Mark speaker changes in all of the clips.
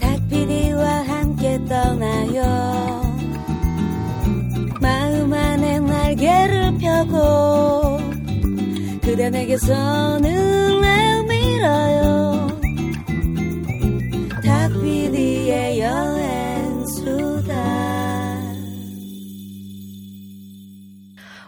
Speaker 1: 닭피디와 함께 떠나요 마음 안에 날개를 펴고 그대 내게서 눈을 밀어요 닭피디의 여행수다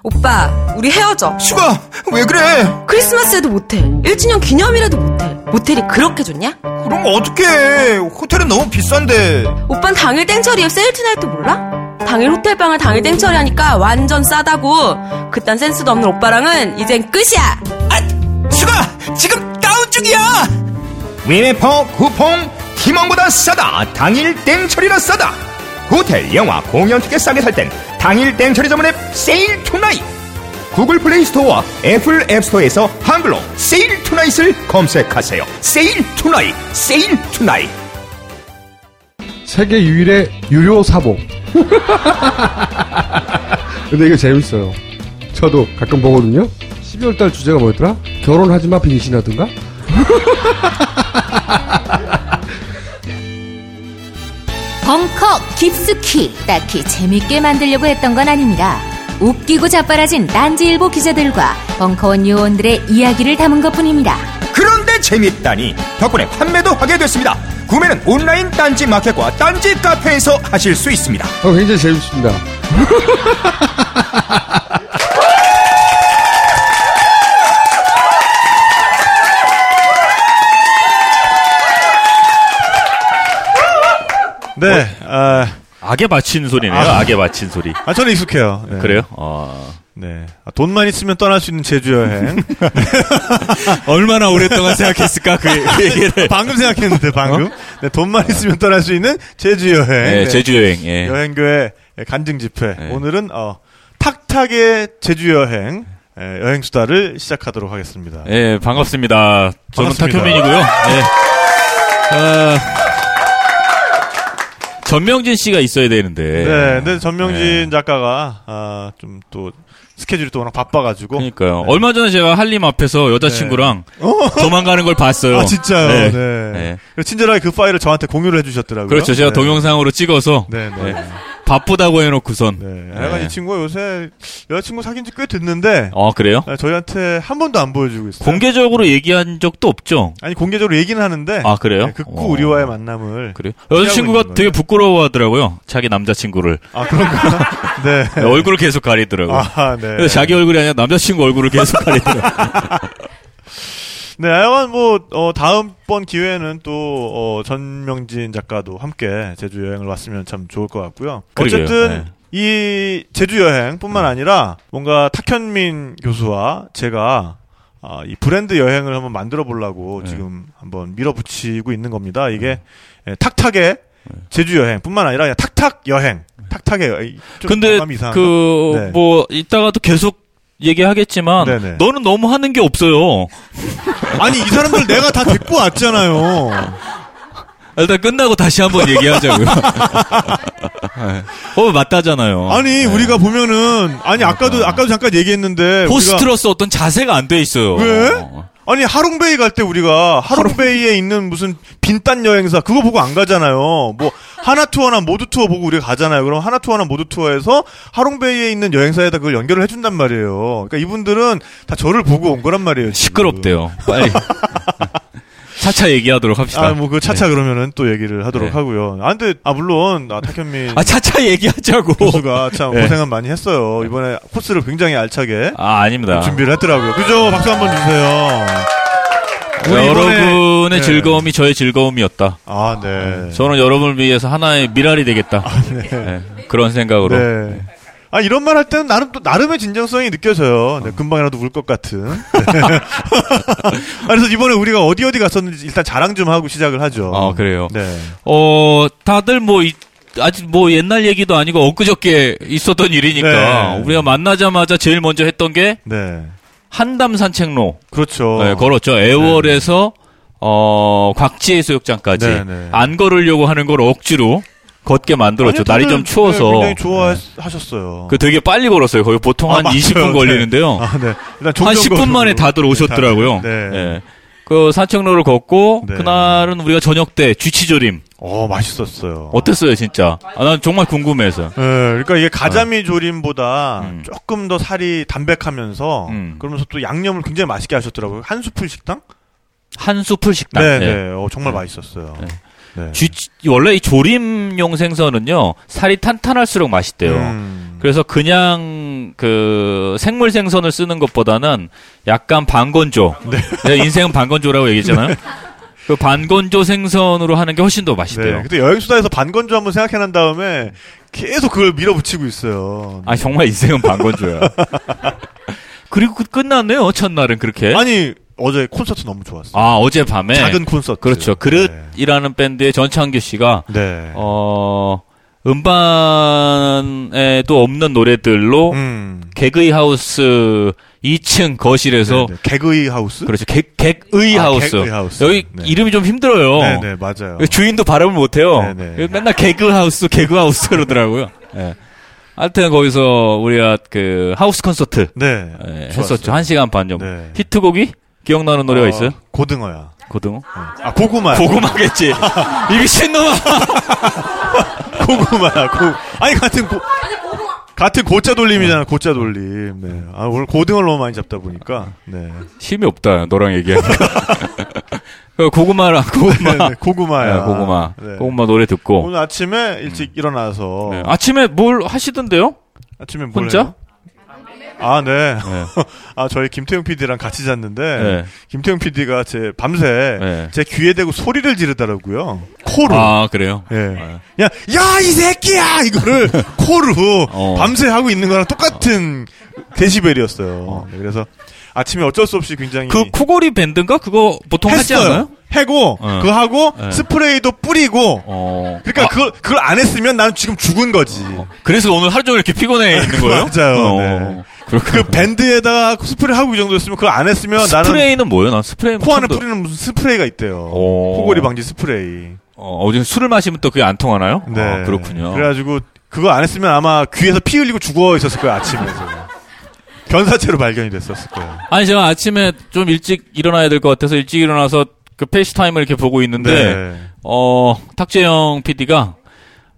Speaker 2: 오빠, 우리 헤어져.
Speaker 3: 슈가 왜 그래?
Speaker 2: 크리스마스에도 모텔, 1주년 기념이라도 모텔. 모텔이 그렇게 좋냐?
Speaker 3: 그럼 어떡해? 호텔은 너무 비싼데.
Speaker 2: 오빤 당일 땡처리에 세일 투나이트 몰라? 당일 호텔방을 당일 땡처리 하니까 완전 싸다고. 그딴 센스도 없는 오빠랑은 이젠 끝이야.
Speaker 3: 아, 슈가 지금 다운 중이야. 위메퍼 쿠폰 희망보다 싸다. 당일 땡처리라 싸다. 호텔, 영화, 공연 티켓 싸게 살 땐 당일 땡처리 전문 앱 세일 투나잇. 구글 플레이 스토어와 애플 앱 스토어에서 한글로 세일 투나잇을 검색하세요. 세일 투나잇, 세일 투나잇.
Speaker 4: 세계 유일의 유료 사복. 근데 이거 재밌어요. 저도 가끔 보거든요. 12월 달 주제가 뭐였더라? 결혼하지 마 빙신하든가?
Speaker 5: 벙커 깊숙이 딱히 재밌게 만들려고 했던 건 아닙니다. 웃기고 자빠라진 딴지일보 기자들과 벙커원 요원들의 이야기를 담은 것뿐입니다.
Speaker 3: 그런데 재밌다니 덕분에 판매도 하게 됐습니다. 구매는 온라인 딴지 마켓과 딴지 카페에서 하실 수 있습니다.
Speaker 4: 어, 굉장히 재밌습니다.
Speaker 6: 네. 아,
Speaker 7: 뭐, 악에 맞힌 소리네요.
Speaker 6: 아.
Speaker 7: 악에 맞힌 소리.
Speaker 6: 아, 저는 익숙해요. 네.
Speaker 7: 그래요? 어.
Speaker 6: 네. 아, 돈만 있으면 떠날 수 있는 제주 여행.
Speaker 7: 네. 얼마나 오랫동안 생각했을까 그 얘기를.
Speaker 6: 아,
Speaker 7: 어?
Speaker 6: 방금 생각했는데 방금. 네, 돈만 있으면 떠날 수 있는 제주 여행.
Speaker 7: 네,
Speaker 6: 네.
Speaker 7: 제주 여행. 예.
Speaker 6: 여행교회 간증 집회.
Speaker 7: 네.
Speaker 6: 오늘은 어, 탁탁의 제주 여행 예, 여행 수다를 시작하도록 하겠습니다.
Speaker 7: 예, 반갑습니다. 저는
Speaker 6: 반갑습니다.
Speaker 7: 탁현민이고요. 예. 어, 전명진 씨가 있어야 되는데.
Speaker 6: 네, 근데 전명진
Speaker 7: 예.
Speaker 6: 작가가 아, 좀 또 스케줄이 또 워낙 바빠가지고.
Speaker 7: 그러니까요.
Speaker 6: 네.
Speaker 7: 얼마 전에 제가 한림 앞에서 여자친구랑 도망가는 걸 봤어요.
Speaker 6: 어? 아 진짜요. 네.
Speaker 7: 네. 네.
Speaker 6: 그래서 친절하게 그 파일을 저한테 공유를 해주셨더라고요.
Speaker 7: 그렇죠. 제가
Speaker 6: 네.
Speaker 7: 동영상으로 찍어서
Speaker 6: 네, 네.
Speaker 7: 네. 바쁘다고 해놓고선.
Speaker 6: 네. 약간 이 친구가 요새 여자친구 사귄 지 꽤 됐는데
Speaker 7: 어, 그래요?
Speaker 6: 아, 저희한테 한 번도 안 보여주고 있어요.
Speaker 7: 공개적으로 얘기한 적도 없죠.
Speaker 6: 아니 공개적으로 얘기는 하는데
Speaker 7: 아, 그래요?
Speaker 6: 네, 극구
Speaker 7: 어.
Speaker 6: 우리와의 만남을
Speaker 7: 그래요?
Speaker 6: 있는
Speaker 7: 여자친구가
Speaker 6: 거예요?
Speaker 7: 되게 부끄러워하더라고요. 자기 남자친구를.
Speaker 6: 아 그런가? 네.
Speaker 7: 네, 얼굴을 계속 가리더라고요.
Speaker 6: 아, 네.
Speaker 7: 그래서 자기 얼굴이 아니라 남자친구 얼굴을 계속 가리더라고요.
Speaker 6: 네, 하여간 뭐, 어, 다음번 기회에는 또, 어, 전명진 작가도 함께 제주 여행을 왔으면 참 좋을 것 같고요.
Speaker 7: 그러게요.
Speaker 6: 어쨌든,
Speaker 7: 네. 음.
Speaker 6: 이 제주 여행뿐만 아니라 뭔가 탁현민 교수와 제가 아, 이 브랜드 여행을 한번 만들어 보려고
Speaker 7: 네.
Speaker 6: 지금 한번 밀어붙이고 있는 겁니다. 이게 예, 탁탁의
Speaker 7: 네.
Speaker 6: 제주 여행뿐만 아니라 그냥 탁탁 여행, 탁탁의 여- 이- 좀
Speaker 7: 근데
Speaker 6: 감이 이상한가?
Speaker 7: 그
Speaker 6: 네.
Speaker 7: 뭐 이따가도 계속 얘기하겠지만
Speaker 6: 네네.
Speaker 7: 너는 너무 하는 게 없어요.
Speaker 6: 아니 이 사람들 내가 다 데리고 왔잖아요.
Speaker 7: 일단 끝나고 다시 한번 얘기하자고요. 네. 어 맞다잖아요.
Speaker 6: 아니 우리가 보면은 아니 아까도 아까도 잠깐 얘기했는데 네, 우리가,
Speaker 7: 호스트로서 어떤 자세가 안 돼 있어요.
Speaker 6: 왜?
Speaker 7: 어.
Speaker 6: 아니 하롱베이 갈 때 우리가 하롱베이에 있는 무슨 빈딴 여행사 그거 보고 안 가잖아요. 뭐 하나 투어나 모두 투어 보고 우리가 가잖아요. 그럼 하나 투어나 모두 투어에서 하롱베이에 있는 여행사에다 그걸 연결을 해준단 말이에요. 그러니까 이분들은 다 저를 보고 온 거란 말이에요. 지금.
Speaker 7: 시끄럽대요. 빨리 차차 얘기하도록 합시다.
Speaker 6: 아, 뭐, 그 차차 그러면은 또 얘기를 하도록
Speaker 7: 네.
Speaker 6: 하고요. 아, 근데, 아, 물론, 아, 탁현민
Speaker 7: 아, 차차 얘기하자고.
Speaker 6: 교수가 참
Speaker 7: 네.
Speaker 6: 고생은 많이 했어요. 이번에 코스를 굉장히 알차게
Speaker 7: 아 아닙니다.
Speaker 6: 그 준비를 했더라고요. 그죠? 박수 한번 주세요. 우리 이번에- 네.
Speaker 7: 여러분의 즐거움이 저의 즐거움이었다.
Speaker 6: 아, 네. 아,
Speaker 7: 저는 여러분을 위해서 하나의 미랄이 되겠다. 네, 그런 생각으로.
Speaker 6: 네. 아, 이런 말 할 때는 나름 또, 나름의 진정성이 느껴져요. 네, 금방이라도 울 것 같은. 네. 아, 그래서 이번에 우리가 어디 어디 갔었는지 일단 자랑 좀 하고 시작을 하죠.
Speaker 7: 아 그래요.
Speaker 6: 네.
Speaker 7: 어, 다들 뭐, 이- 아직 뭐 옛날 얘기도 아니고 엊그저께 있었던 일이니까
Speaker 6: 네.
Speaker 7: 우리가 만나자마자 제일 먼저 했던 게
Speaker 6: 네.
Speaker 7: 한담 산책로
Speaker 6: 그렇죠.
Speaker 7: 네, 걸었죠. 애월에서 어, 곽지혜 수욕장까지
Speaker 6: 네, 네.
Speaker 7: 안 걸으려고 하는 걸 억지로 걷게 만들었죠.
Speaker 6: 아니요,
Speaker 7: 날이
Speaker 6: 다들,
Speaker 7: 좀 추워서.
Speaker 6: 네, 굉장히 좋아하셨어요.
Speaker 7: 그 되게 빨리 걸었어요. 거의 보통
Speaker 6: 아,
Speaker 7: 한
Speaker 6: 맞아요.
Speaker 7: 20분
Speaker 6: 네.
Speaker 7: 걸리는데요.
Speaker 6: 아, 네. 일단
Speaker 7: 한
Speaker 6: 종종
Speaker 7: 10분 만에
Speaker 6: 걸어오고.
Speaker 7: 다들 오셨더라고요.
Speaker 6: 네.
Speaker 7: 예. 그 사청로를 걷고
Speaker 6: 네.
Speaker 7: 그날은 우리가 저녁 때 쥐치조림
Speaker 6: 어 맛있었어요.
Speaker 7: 어땠어요 진짜? 아, 난 정말
Speaker 6: 예,
Speaker 7: 궁금해서.
Speaker 6: 그러니까 이게 가자미 조림보다
Speaker 7: 아. 음.
Speaker 6: 조금 더 살이 담백하면서
Speaker 7: 음.
Speaker 6: 그러면서 또 양념을 굉장히 맛있게 하셨더라고요. 한 수풀 식당?
Speaker 7: 한 수풀 식당.
Speaker 6: 네,
Speaker 7: 예.
Speaker 6: 네. 어, 정말 맛있었어요.
Speaker 7: 네.
Speaker 6: 네.
Speaker 7: 쥐 원래 이 조림용 생선은요 살이 탄탄할수록 맛있대요.
Speaker 6: 음.
Speaker 7: 그래서 그냥 그 생물 생선을 쓰는 것보다는 약간 반건조. 네, 인생은 반건조라고 얘기했잖아요. 그 반건조 생선으로 하는 게 훨씬 더 맛있대요.
Speaker 6: 네. 그때 여행수다에서 반건조 한번 생각해 난 다음에 계속 그걸 밀어붙이고 있어요.
Speaker 7: 아 정말 인생은 반건조야. 그리고 그- 끝났네요 첫날은 그렇게.
Speaker 6: 아니, 어제 콘서트 너무 좋았어요.
Speaker 7: 아 어젯밤에
Speaker 6: 작은 콘서트.
Speaker 7: 그렇죠 그릇이라는 밴드의 전창규 씨가
Speaker 6: 네. 네.
Speaker 7: 어 음반에도 없는 노래들로
Speaker 6: 음.
Speaker 7: 개그의 하우스 2층 거실에서
Speaker 6: 네, 네. 개그의 하우스?
Speaker 7: 그렇죠 개, 개의
Speaker 6: 아,
Speaker 7: 하우스
Speaker 6: 개그의 하우스.
Speaker 7: 여기
Speaker 6: 네.
Speaker 7: 이름이 좀 힘들어요.
Speaker 6: 네, 네, 맞아요.
Speaker 7: 주인도 발음을 못해요.
Speaker 6: 네, 네.
Speaker 7: 맨날 개그 하우스 개그 하우스 그러더라고요. 예. 하여튼 거기서 우리가 그 하우스 콘서트
Speaker 6: 네.
Speaker 7: 예,
Speaker 6: 좋았어요.
Speaker 7: 했었죠. 한 시간 반 정도.
Speaker 6: 네.
Speaker 7: 히트곡이 기억나는 노래가
Speaker 6: 어,
Speaker 7: 있어요?
Speaker 6: 고등어야.
Speaker 7: 고등어?
Speaker 6: 아, 고구마.
Speaker 7: 고구마겠지. 이 미친놈아!
Speaker 6: 고구마야. 고 아니 뭐. 같은 고 같은 고짜 돌림이잖아. 고짜 돌림. 네. 아 오늘 고등어를 너무 많이 잡다 보니까. 네.
Speaker 7: 힘이 없다. 너랑 얘기하니까. 그 고구마랑 고구마.
Speaker 6: 네, 네, 고구마야.
Speaker 7: 네, 고구마.
Speaker 6: 네.
Speaker 7: 고구마 노래 듣고. 음.
Speaker 6: 오늘 아침에 일찍 일어나서
Speaker 7: 네, 아침에 뭘 하시던데요?
Speaker 6: 아침에 뭘
Speaker 7: 혼자?
Speaker 6: 해요? 아, 네.
Speaker 7: 네.
Speaker 6: 아, 저희 김태형 PD랑 같이 잤는데
Speaker 7: 네.
Speaker 6: 김태형 PD가 제 밤새
Speaker 7: 네.
Speaker 6: 제 귀에 대고 소리를 지르더라고요. 코로.
Speaker 7: 아, 그래요?
Speaker 6: 예. 야, 야, 이 새끼야! 이거를 코로
Speaker 7: 어.
Speaker 6: 밤새 하고 있는 거랑 똑같은 데시벨이었어요. 네, 그래서 아침에 어쩔 수 없이 굉장히.
Speaker 7: 그 코골이 밴드인가? 그거 보통 하지 않아요?
Speaker 6: 해고,
Speaker 7: 어.
Speaker 6: 그거 하고,
Speaker 7: 네.
Speaker 6: 스프레이도 뿌리고.
Speaker 7: 어.
Speaker 6: 그러니까
Speaker 7: 아, 어.
Speaker 6: 그걸, 그걸 안 했으면 나는 지금 죽은 거지. 네,
Speaker 7: 그래서 오늘 하루 종일 이렇게 피곤해 있는 거예요?
Speaker 6: 맞아요,
Speaker 7: 어.
Speaker 6: 네.
Speaker 7: 그렇군요.
Speaker 6: 그 밴드에다가 스프레이 하고 이 정도였으면 그걸 안 했으면 나는
Speaker 7: 스프레이는 어. 뭐예요? 난 스프레이
Speaker 6: 코 안에 뿌리는 무슨 스프레이가 있대요.
Speaker 7: 오.
Speaker 6: 코골이 방지 스프레이.
Speaker 7: 어, 어제 술을 마시면 또 그게 안 통하나요?
Speaker 6: 네.
Speaker 7: 아, 그렇군요.
Speaker 6: 그래가지고 그거 안 했으면 아마 귀에서 피 흘리고 죽어 있었을 거예요 아침에. 견사체로 발견이 됐었을 거예요.
Speaker 7: 아니 제가 아침에 좀 일찍 일어나야 될 것 같아서 일찍 일어나서 그 페이스타임을 이렇게 보고 있는데
Speaker 6: 네.
Speaker 7: 어 탁재영 PD가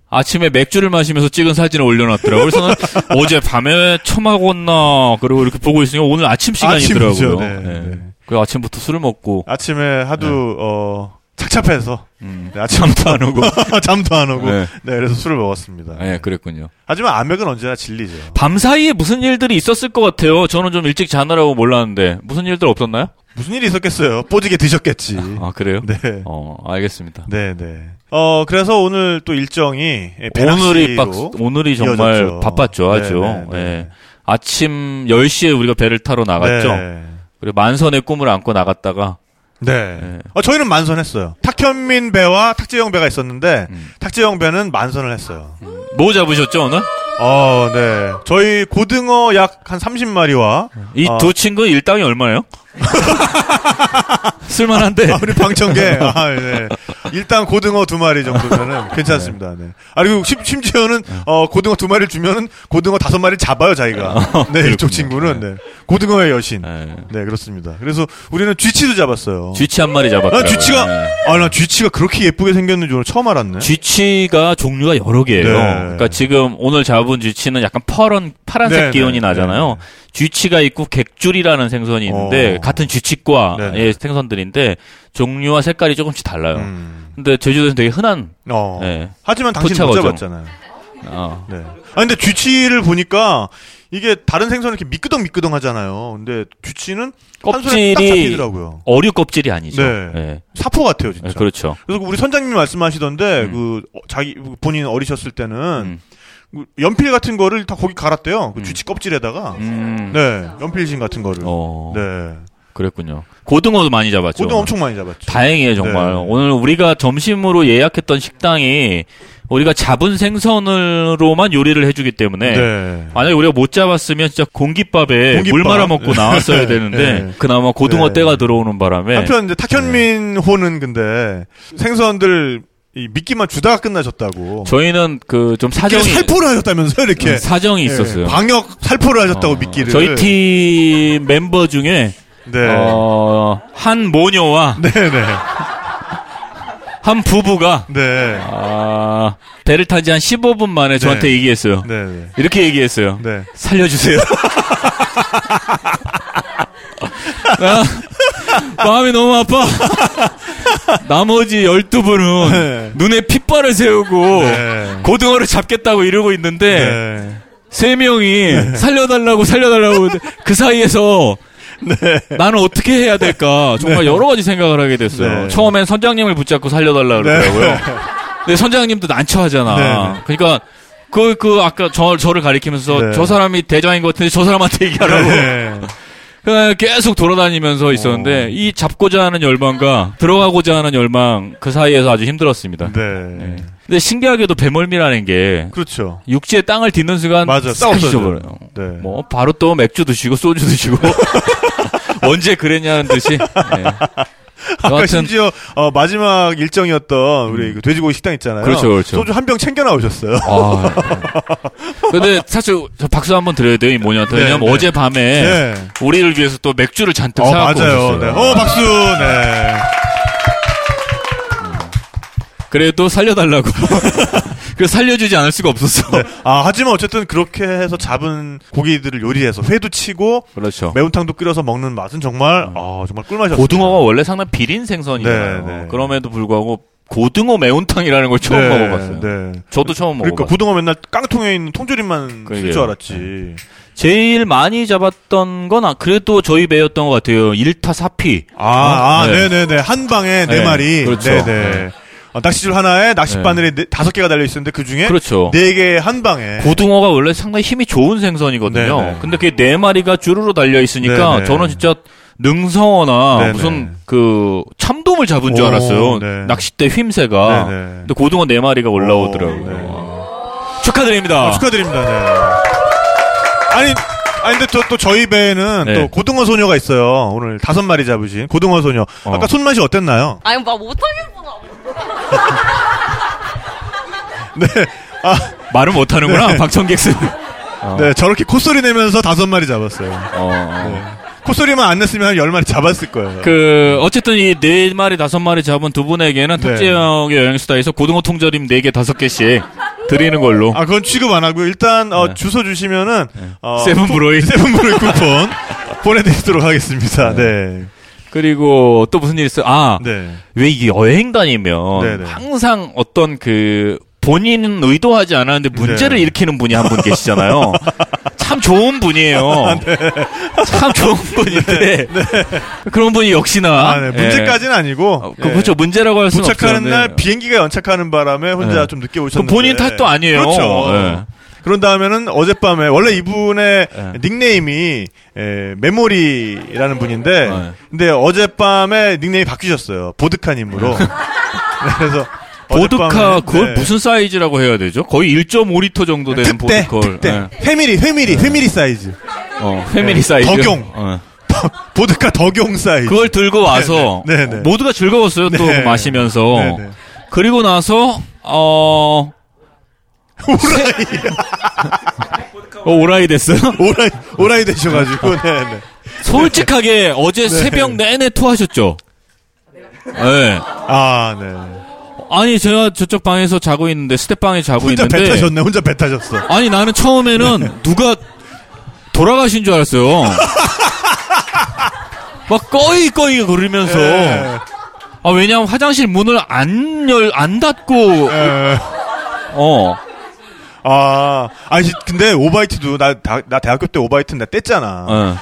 Speaker 7: 아침에 맥주를 마시면서 찍은 사진을 올려놨더라고요. 그래서 는 어제 밤에 처먹었나 그리고 이렇게 보고 있으니까 오늘 아침 시간이더라고요.
Speaker 6: 아침이죠, 네, 네.
Speaker 7: 그 아침부터 술을 먹고 네.
Speaker 6: 아침에 하도 어 착잡해서
Speaker 7: 음,
Speaker 6: 네, 아침
Speaker 7: 잠도 안 오고
Speaker 6: 잠도 안 오고
Speaker 7: 네.
Speaker 6: 네. 그래서 술을 먹었습니다.
Speaker 7: 예, 그랬군요.
Speaker 6: 하지만 암맥은 언제나 진리죠.
Speaker 7: 밤 사이에 무슨 일들이 있었을 것 같아요. 저는 좀 일찍 자느라고 몰랐는데 무슨 일들 없었나요?
Speaker 6: 무슨 일이 있었겠어요? 뽀지게 드셨겠지.
Speaker 7: 아 그래요?
Speaker 6: 네.
Speaker 7: 어 알겠습니다.
Speaker 6: 네, 네. 어, 그래서 오늘 또 일정이 예,
Speaker 7: 네, 오늘이 빡
Speaker 6: 배낚시로
Speaker 7: 오늘이 정말
Speaker 6: 이어졌죠.
Speaker 7: 바빴죠 아주.
Speaker 6: 네, 네,
Speaker 7: 예.
Speaker 6: 네.
Speaker 7: 아침 10시에 우리가 배를 타러 나갔죠.
Speaker 6: 네.
Speaker 7: 그리고 만선의 꿈을 안고 나갔다가
Speaker 6: 네.
Speaker 7: 네.
Speaker 6: 어, 저희는 만선했어요. 탁현민 배와 탁재영 배가 있었는데
Speaker 7: 음.
Speaker 6: 탁재영 배는 만선을 했어요.
Speaker 7: 뭐 잡으셨죠 오늘?
Speaker 6: 어, 네. 저희 고등어 약 한 30마리와
Speaker 7: 이
Speaker 6: 아.
Speaker 7: 두 친구 일당이 얼마예요? 쓸만한데.
Speaker 6: 아, 우리 방청객. 아, 네. 일단 고등어 두 마리 정도면은 괜찮습니다. 네. 아, 그리고 심, 심지어는
Speaker 7: 네.
Speaker 6: 어, 고등어 두 마리를 주면은 고등어 다섯 마리를 잡아요, 자기가. 네,
Speaker 7: 그렇군요.
Speaker 6: 이쪽 친구는 네. 고등어의 여신.
Speaker 7: 예.
Speaker 6: 네, 그렇습니다. 그래서 우리는 쥐치도 잡았어요.
Speaker 7: 쥐치 한 마리 잡았다.
Speaker 6: 난 쥐치가
Speaker 7: 네.
Speaker 6: 아, 난 쥐치가 그렇게 예쁘게 생겼는지 오늘 처음 알았네.
Speaker 7: 쥐치가 종류가 여러 개예요.
Speaker 6: 네.
Speaker 7: 그러니까 지금 오늘 잡은 쥐치는 약간 파란 파란색
Speaker 6: 네, 네,
Speaker 7: 기운이 나잖아요. 쥐치가 있고 객줄이라는 생선이 있는데
Speaker 6: 어.
Speaker 7: 같은 쥐치과의
Speaker 6: 네.
Speaker 7: 생선들인데 종류와 색깔이 조금씩 달라요.
Speaker 6: 음.
Speaker 7: 근데 제주도에서 되게 흔한.
Speaker 6: 어.
Speaker 7: 예.
Speaker 6: 하지만 당신 못
Speaker 7: 토착어종.
Speaker 6: 잡았잖아요.
Speaker 7: 어.
Speaker 6: 네. 아 근데 쥐치를 보니까 이게 다른 생선은 이렇게 미끄덩 미끄덩 하잖아요. 근데 쥐치는 한 손에 딱
Speaker 7: 껍질이
Speaker 6: 잡히더라고요.
Speaker 7: 어류 껍질이 아니죠.
Speaker 6: 네.
Speaker 7: 예.
Speaker 6: 사포 같아요,
Speaker 7: 예,
Speaker 6: 진짜. 그래.
Speaker 7: 그렇죠.
Speaker 6: 서 우리 선장님이 말씀하시던데
Speaker 7: 음.
Speaker 6: 그 어, 자기 본인 어리셨을 때는
Speaker 7: 음.
Speaker 6: 그 연필 같은 거를 다 거기 갈았대요. 그
Speaker 7: 음.
Speaker 6: 쥐치 껍질에다가.
Speaker 7: 음.
Speaker 6: 네. 연필신 같은 거를.
Speaker 7: 어.
Speaker 6: 네.
Speaker 7: 그랬군요. 고등어도 많이 잡았죠.
Speaker 6: 고등 엄청 많이 잡았죠.
Speaker 7: 다행이에요 정말
Speaker 6: 네.
Speaker 7: 오늘 우리가 점심으로 예약했던 식당이 우리가 잡은 생선으로만 요리를 해주기 때문에
Speaker 6: 네.
Speaker 7: 만약에 우리가 못 잡았으면 진짜 공깃밥에
Speaker 6: 공깃밥.
Speaker 7: 물 말아 먹고 나왔어야
Speaker 6: 네.
Speaker 7: 되는데
Speaker 6: 네.
Speaker 7: 그나마 고등어
Speaker 6: 네.
Speaker 7: 때가 들어오는 바람에
Speaker 6: 한편 이제
Speaker 7: 네.
Speaker 6: 탁현민 호는 근데 생선들 이 미끼만 주다가 끝나셨다고.
Speaker 7: 저희는 그 좀
Speaker 6: 이렇게
Speaker 7: 사정이
Speaker 6: 살포를 하셨다면서요, 이렇게.
Speaker 7: 음, 사정이
Speaker 6: 예,
Speaker 7: 있었어요.
Speaker 6: 방역 살포를 하셨다고
Speaker 7: 어,
Speaker 6: 미끼를.
Speaker 7: 저희 팀 멤버 중에
Speaker 6: 네.
Speaker 7: 어, 한 모녀와
Speaker 6: 네네.
Speaker 7: 한 부부가
Speaker 6: 네.
Speaker 7: 아, 배를 탄 지 한 15분 만에 저한테
Speaker 6: 네.
Speaker 7: 얘기했어요.
Speaker 6: 네네.
Speaker 7: 이렇게 얘기했어요.
Speaker 6: 네.
Speaker 7: 살려주세요. 나 아, 마음이 너무 아파. 나머지 12분은
Speaker 6: 네.
Speaker 7: 눈에 핏발을 세우고
Speaker 6: 네.
Speaker 7: 고등어를 잡겠다고 이러고 있는데
Speaker 6: 네.
Speaker 7: 세명이 살려달라고 살려달라고 하는데 그 사이에서
Speaker 6: 네.
Speaker 7: 나는 어떻게 해야 될까 정말 여러 가지 생각을 하게 됐어요.
Speaker 6: 네.
Speaker 7: 처음엔 선장님을 붙잡고 살려달라고 그러더라고요. 근데 선장님도 난처하잖아.
Speaker 6: 네.
Speaker 7: 그러니까 그, 그, 아까 저, 저를 가리키면서
Speaker 6: 네.
Speaker 7: 저 사람이 대장인 것 같은데 저 사람한테 얘기하라고.
Speaker 6: 네. 어.
Speaker 7: 그냥 계속 돌아다니면서 있었는데 이 잡고자 하는 열망과 들어가고자 하는 열망 그 사이에서 아주 힘들었습니다.
Speaker 6: 네.
Speaker 7: 네. 근데 신기하게도 배멀미라는 게
Speaker 6: 그렇죠.
Speaker 7: 육지에 땅을 딛는 순간
Speaker 6: 맞아.
Speaker 7: 싹
Speaker 6: 싸웠어요
Speaker 7: 잊어버려요.
Speaker 6: 네.
Speaker 7: 뭐 바로 또 맥주 드시고 소주 드시고 언제 그랬냐는 듯이 예.
Speaker 6: 아까
Speaker 7: 여하튼 음.
Speaker 6: 심지어 어, 마지막 일정이었던 우리 그 돼지고기 식당 있잖아요.
Speaker 7: 그렇죠, 그렇죠.
Speaker 6: 소주 한 병 챙겨 나오셨어요.
Speaker 7: 아, 예. 근데 사실 저 박수 한번 드려야 돼요 이 모녀한테
Speaker 6: 네,
Speaker 7: 왜냐면
Speaker 6: 네.
Speaker 7: 어제 밤에
Speaker 6: 네.
Speaker 7: 우리를 위해서 또 맥주를 잔뜩
Speaker 6: 어,
Speaker 7: 사갖고
Speaker 6: 맞아요.
Speaker 7: 오셨어요.
Speaker 6: 네. 어, 박수. 네.
Speaker 7: 그래도 살려달라고 그 살려주지 않을 수가 없었어.
Speaker 6: 네. 아, 하지만 어쨌든 그렇게 해서 잡은 고기들을 요리해서 회도 치고
Speaker 7: 그렇죠. 음.
Speaker 6: 매운탕도 끓여서 먹는 맛은 정말 아, 정말 꿀맛이었어요.
Speaker 7: 고등어가 원래 상당히 비린 생선이잖아요.
Speaker 6: 네, 네.
Speaker 7: 그럼에도 불구하고 고등어 매운탕이라는 걸 처음
Speaker 6: 네,
Speaker 7: 먹어봤어요.
Speaker 6: 네.
Speaker 7: 저도 처음
Speaker 6: 그러니까
Speaker 7: 먹어봤어요.
Speaker 6: 고등어 맨날 깡통에 있는 통조림만 쓸
Speaker 7: 그러게요.
Speaker 6: 줄 알았지.
Speaker 7: 제일 많이 잡았던 건 아, 그래도 저희 배였던 것 같아요. 1타 4피.
Speaker 6: 아, 아,
Speaker 7: 네.
Speaker 6: 네, 네, 네. 한 방에 네,
Speaker 7: 네,
Speaker 6: 마리.
Speaker 7: 그렇죠.
Speaker 6: 네, 네. 어, 낚싯줄 하나에 낚싯바늘이 네- 다섯 개가 달려 있었는데 그 중에
Speaker 7: 그렇죠.
Speaker 6: 네 개 한 방에.
Speaker 7: 고등어가 원래 상당히 힘이 좋은 생선이거든요.
Speaker 6: 네, 네.
Speaker 7: 근데 그게 네 마리가 주르르 달려 있으니까
Speaker 6: 네, 네.
Speaker 7: 저는 진짜 능성어나
Speaker 6: 네, 네.
Speaker 7: 무슨 그 참돔을 잡은 줄
Speaker 6: 오,
Speaker 7: 알았어요.
Speaker 6: 네.
Speaker 7: 낚싯대 휘임새가.
Speaker 6: 네, 네.
Speaker 7: 근데 고등어 네 마리가 올라오더라고요.
Speaker 6: 오,
Speaker 7: 축하드립니다.
Speaker 6: 아, 축하드립니다. 네. 아니, 아니 근데 저, 또 저희 배에는
Speaker 7: 네.
Speaker 6: 또 고등어 소녀가 있어요. 오늘 다섯 마리 잡으신 고등어 소녀.
Speaker 7: 어.
Speaker 6: 아까 손맛이 어땠나요?
Speaker 8: 아니 막 못하겠구나.
Speaker 6: 네. 아,
Speaker 7: 말을 못하는구나, 박청객 씨.
Speaker 6: 네. 저렇게 콧소리 내면서 다섯 마리 잡았어요. 네.
Speaker 7: 어, 어.
Speaker 6: 콧소리만 안 냈으면 한 열 마리 잡았을 거예요.
Speaker 7: 그 어쨌든 이 네 마리 다섯 마리 잡은 두 분에게는
Speaker 6: 네.
Speaker 7: 탁재영의 여행수다에서 고등어 통조림 네 개 다섯 개씩 드리는 걸로
Speaker 6: 아, 그건 취급 안 하고요. 일단, 어, 주소 주시면은, 어,
Speaker 7: 네. 세븐 브로이
Speaker 6: 세븐브루 쿠폰 보내드리도록 하겠습니다. 네.
Speaker 7: 그리고 또 무슨 일 있어? 아왜
Speaker 6: 네.
Speaker 7: 이게 여행 다니면
Speaker 6: 네, 네.
Speaker 7: 항상 어떤 그 본인은 의도하지 않았는데 문제를
Speaker 6: 네.
Speaker 7: 일으키는 분이 한 분 계시잖아요. 참 좋은
Speaker 6: 아,
Speaker 7: 분이에요.
Speaker 6: 네.
Speaker 7: 참 좋은 분인데 그런 분이 역시나
Speaker 6: 아, 네. 문제까지는
Speaker 7: 예.
Speaker 6: 아니고. 네.
Speaker 7: 그, 그렇죠 문제라고 할 수는
Speaker 6: 도착하는
Speaker 7: 없었는데.
Speaker 6: 날 비행기가 연착하는 바람에 혼자
Speaker 7: 네.
Speaker 6: 좀 늦게
Speaker 7: 그건
Speaker 6: 오셨는데
Speaker 7: 본인 탓도 아니에요.
Speaker 6: 그렇죠.
Speaker 7: 예.
Speaker 6: 그런 다음에는 어젯밤에 원래 이분의
Speaker 7: 네.
Speaker 6: 닉네임이 에, 메모리라는 분인데
Speaker 7: 네.
Speaker 6: 근데 어젯밤에 닉네임이 바뀌셨어요. 보드카님으로. 네, 그래서
Speaker 7: 네. 보드카
Speaker 6: 어젯밤에, 네.
Speaker 7: 그걸 무슨 사이즈라고 해야 되죠? 거의 1.5리터 정도 되는
Speaker 6: 특대
Speaker 7: 보드컬.
Speaker 6: 특대
Speaker 7: 예.
Speaker 6: 회밀이 회밀이 회밀이 사이즈
Speaker 7: 어, 패밀리 사이즈.
Speaker 6: 덕용.
Speaker 7: 어.
Speaker 6: 보드카 덕용 사이즈.
Speaker 7: 그걸 들고 와서
Speaker 6: 네, 네, 네, 네.
Speaker 7: 모두가 즐거웠어요. 또
Speaker 6: 네.
Speaker 7: 마시면서.
Speaker 6: 네, 네.
Speaker 7: 그리고 나서 어
Speaker 6: 오라이
Speaker 7: 어, 오라이 됐어요.
Speaker 6: 오라이 오라이 되셔가지고 네네. 네.
Speaker 7: 솔직하게 어제 새벽 내내 토하셨죠. 네.
Speaker 6: 아 네.
Speaker 7: 아니 제가 저쪽 방에서 자고 있는데 스텝 방에 자고
Speaker 6: 혼자
Speaker 7: 있는데
Speaker 6: 뱉으셨네. 네. 혼자 뱉으셨어.
Speaker 7: 아니 나는 처음에는 누가 돌아가신 줄 알았어요. 막 꺼이 꺼이 거리면서
Speaker 6: 네.
Speaker 7: 아 왜냐면 화장실 문을 안 열 안 닫고
Speaker 6: 에.
Speaker 7: 어
Speaker 6: 아, 아니 근데 오바이트도 나, 다- 나 대학교 때 오바이트 나 뗐잖아.
Speaker 7: 어.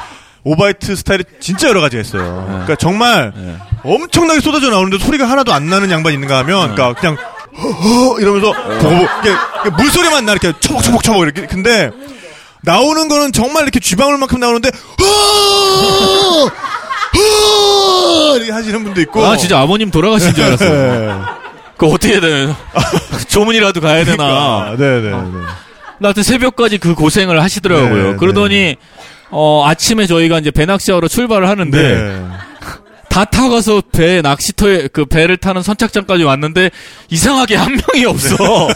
Speaker 6: 오바이트 스타일이 진짜 여러 가지가 있어요.
Speaker 7: 예.
Speaker 6: 그러니까 정말 엄청나게 쏟아져 나오는데 소리가 하나도 안 나는 양반 있는가
Speaker 7: 예.
Speaker 6: 하면, 그러니까 그냥 허허 이러면서 보고 보고 이게, 이게 물소리만 나 이렇게 처벅처벅 처벅 이렇게 근데 나오는 거는 정말 이렇게 쥐방울만큼 나오는데 허허 허 이렇게 하시는 분도 있고.
Speaker 7: 아 진짜 아버님 돌아가신 줄 알았어요.
Speaker 6: 네.
Speaker 7: 그 어떻게 해야 되나 조문이라도 가야
Speaker 6: 그러니까.
Speaker 7: 되나.
Speaker 6: 네네네.
Speaker 7: 나 하여튼 새벽까지 그 고생을 하시더라고요.
Speaker 6: 네,
Speaker 7: 그러더니 어 아침에 저희가 이제 배낚시하러 출발을 하는데
Speaker 6: 네.
Speaker 7: 다 타고서 배 낚시터에 그 배를 타는 선착장까지 왔는데 이상하게 한 명이 없어.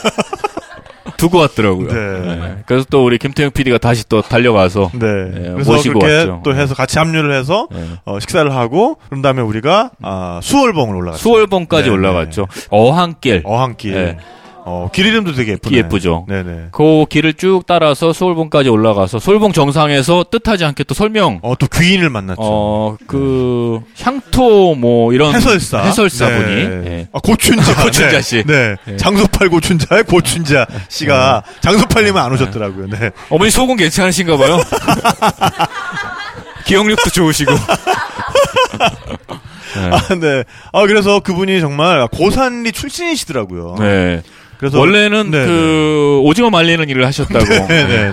Speaker 7: 두고 왔더라고요.
Speaker 6: 네.
Speaker 7: 네. 그래서 또 우리 김태형 PD가 다시 또 달려가서
Speaker 6: 네. 그래서
Speaker 7: 모시고
Speaker 6: 그렇게
Speaker 7: 왔죠.
Speaker 6: 또 해서 같이 합류를 해서
Speaker 7: 네.
Speaker 6: 어, 식사를 하고 그런 다음에 우리가 아, 수월봉을 올라갔어요.
Speaker 7: 수월봉까지
Speaker 6: 네,
Speaker 7: 올라갔죠. 어항길.
Speaker 6: 어항길.
Speaker 7: 네.
Speaker 6: 어, 길 이름도 되게 예쁘네.
Speaker 7: 예쁘죠.
Speaker 6: 네네.
Speaker 7: 그 길을 쭉 따라서 수월봉까지 올라가서 수월봉 정상에서 뜻하지 않게 또 설명
Speaker 6: 어, 또 귀인을 만났죠. 네.
Speaker 7: 어, 그, 향토, 뭐, 이런.
Speaker 6: 해설사.
Speaker 7: 해설사분이. 예.
Speaker 6: 아, 고춘자.
Speaker 7: 고춘자 씨.
Speaker 6: 네.
Speaker 7: 네.
Speaker 6: 장소팔 고춘자의 고춘자 씨가 장소팔님은 안 오셨더라고요. 네.
Speaker 7: 어머니 속은 괜찮으신가 봐요. 기억력도 좋으시고.
Speaker 6: 아, 네. 아, 그래서 그분이 정말 고산리 출신이시더라고요.
Speaker 7: 네.
Speaker 6: 그래서.
Speaker 7: 원래는
Speaker 6: 네,
Speaker 7: 그, 오징어 말리는 일을 하셨다고.
Speaker 6: 네, 네, 네.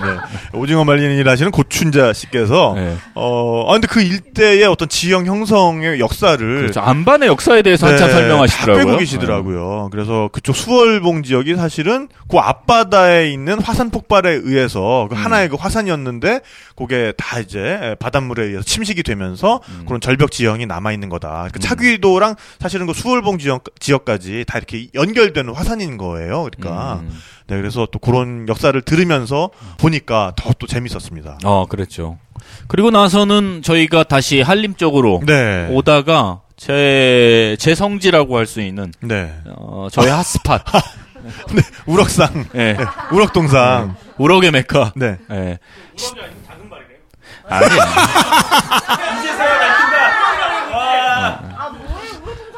Speaker 6: 오징어 말리는 일 하시는 고춘자 씨께서
Speaker 7: 네.
Speaker 6: 어, 아, 근데 그 일대의 어떤 지형 형성의 역사를
Speaker 7: 그렇죠. 안반의 역사에 대해서 한참
Speaker 6: 네,
Speaker 7: 설명하시더라고요. 네.
Speaker 6: 다 빼고 계시더라고요. 그래서 그쪽 수월봉 지역이 사실은 그 앞바다에 있는 화산 폭발에 의해서
Speaker 7: 음.
Speaker 6: 그 하나의 그 화산이었는데 그게 다 이제 바닷물에 의해서 침식이 되면서
Speaker 7: 음.
Speaker 6: 그런 절벽 지형이 남아 있는 거다. 그 차귀도랑 사실은 그 수월봉 지역 지역까지 다 이렇게 연결되는 화산인 거예요. 그러니까
Speaker 7: 음.
Speaker 6: 네, 그래서 또 그런 역사를 들으면서 보니까 더 또 재밌었습니다.
Speaker 7: 어, 그랬죠. 그리고 나서는 저희가 다시 한림 쪽으로
Speaker 6: 네.
Speaker 7: 오다가 제, 제 성지라고 할 수 있는,
Speaker 6: 네.
Speaker 7: 어, 저의 핫스팟.
Speaker 6: 우럭상,
Speaker 7: 예.
Speaker 6: 네, 우럭동상.
Speaker 7: 우럭의 메카.
Speaker 6: 네.
Speaker 7: 예. 시- 아니에요.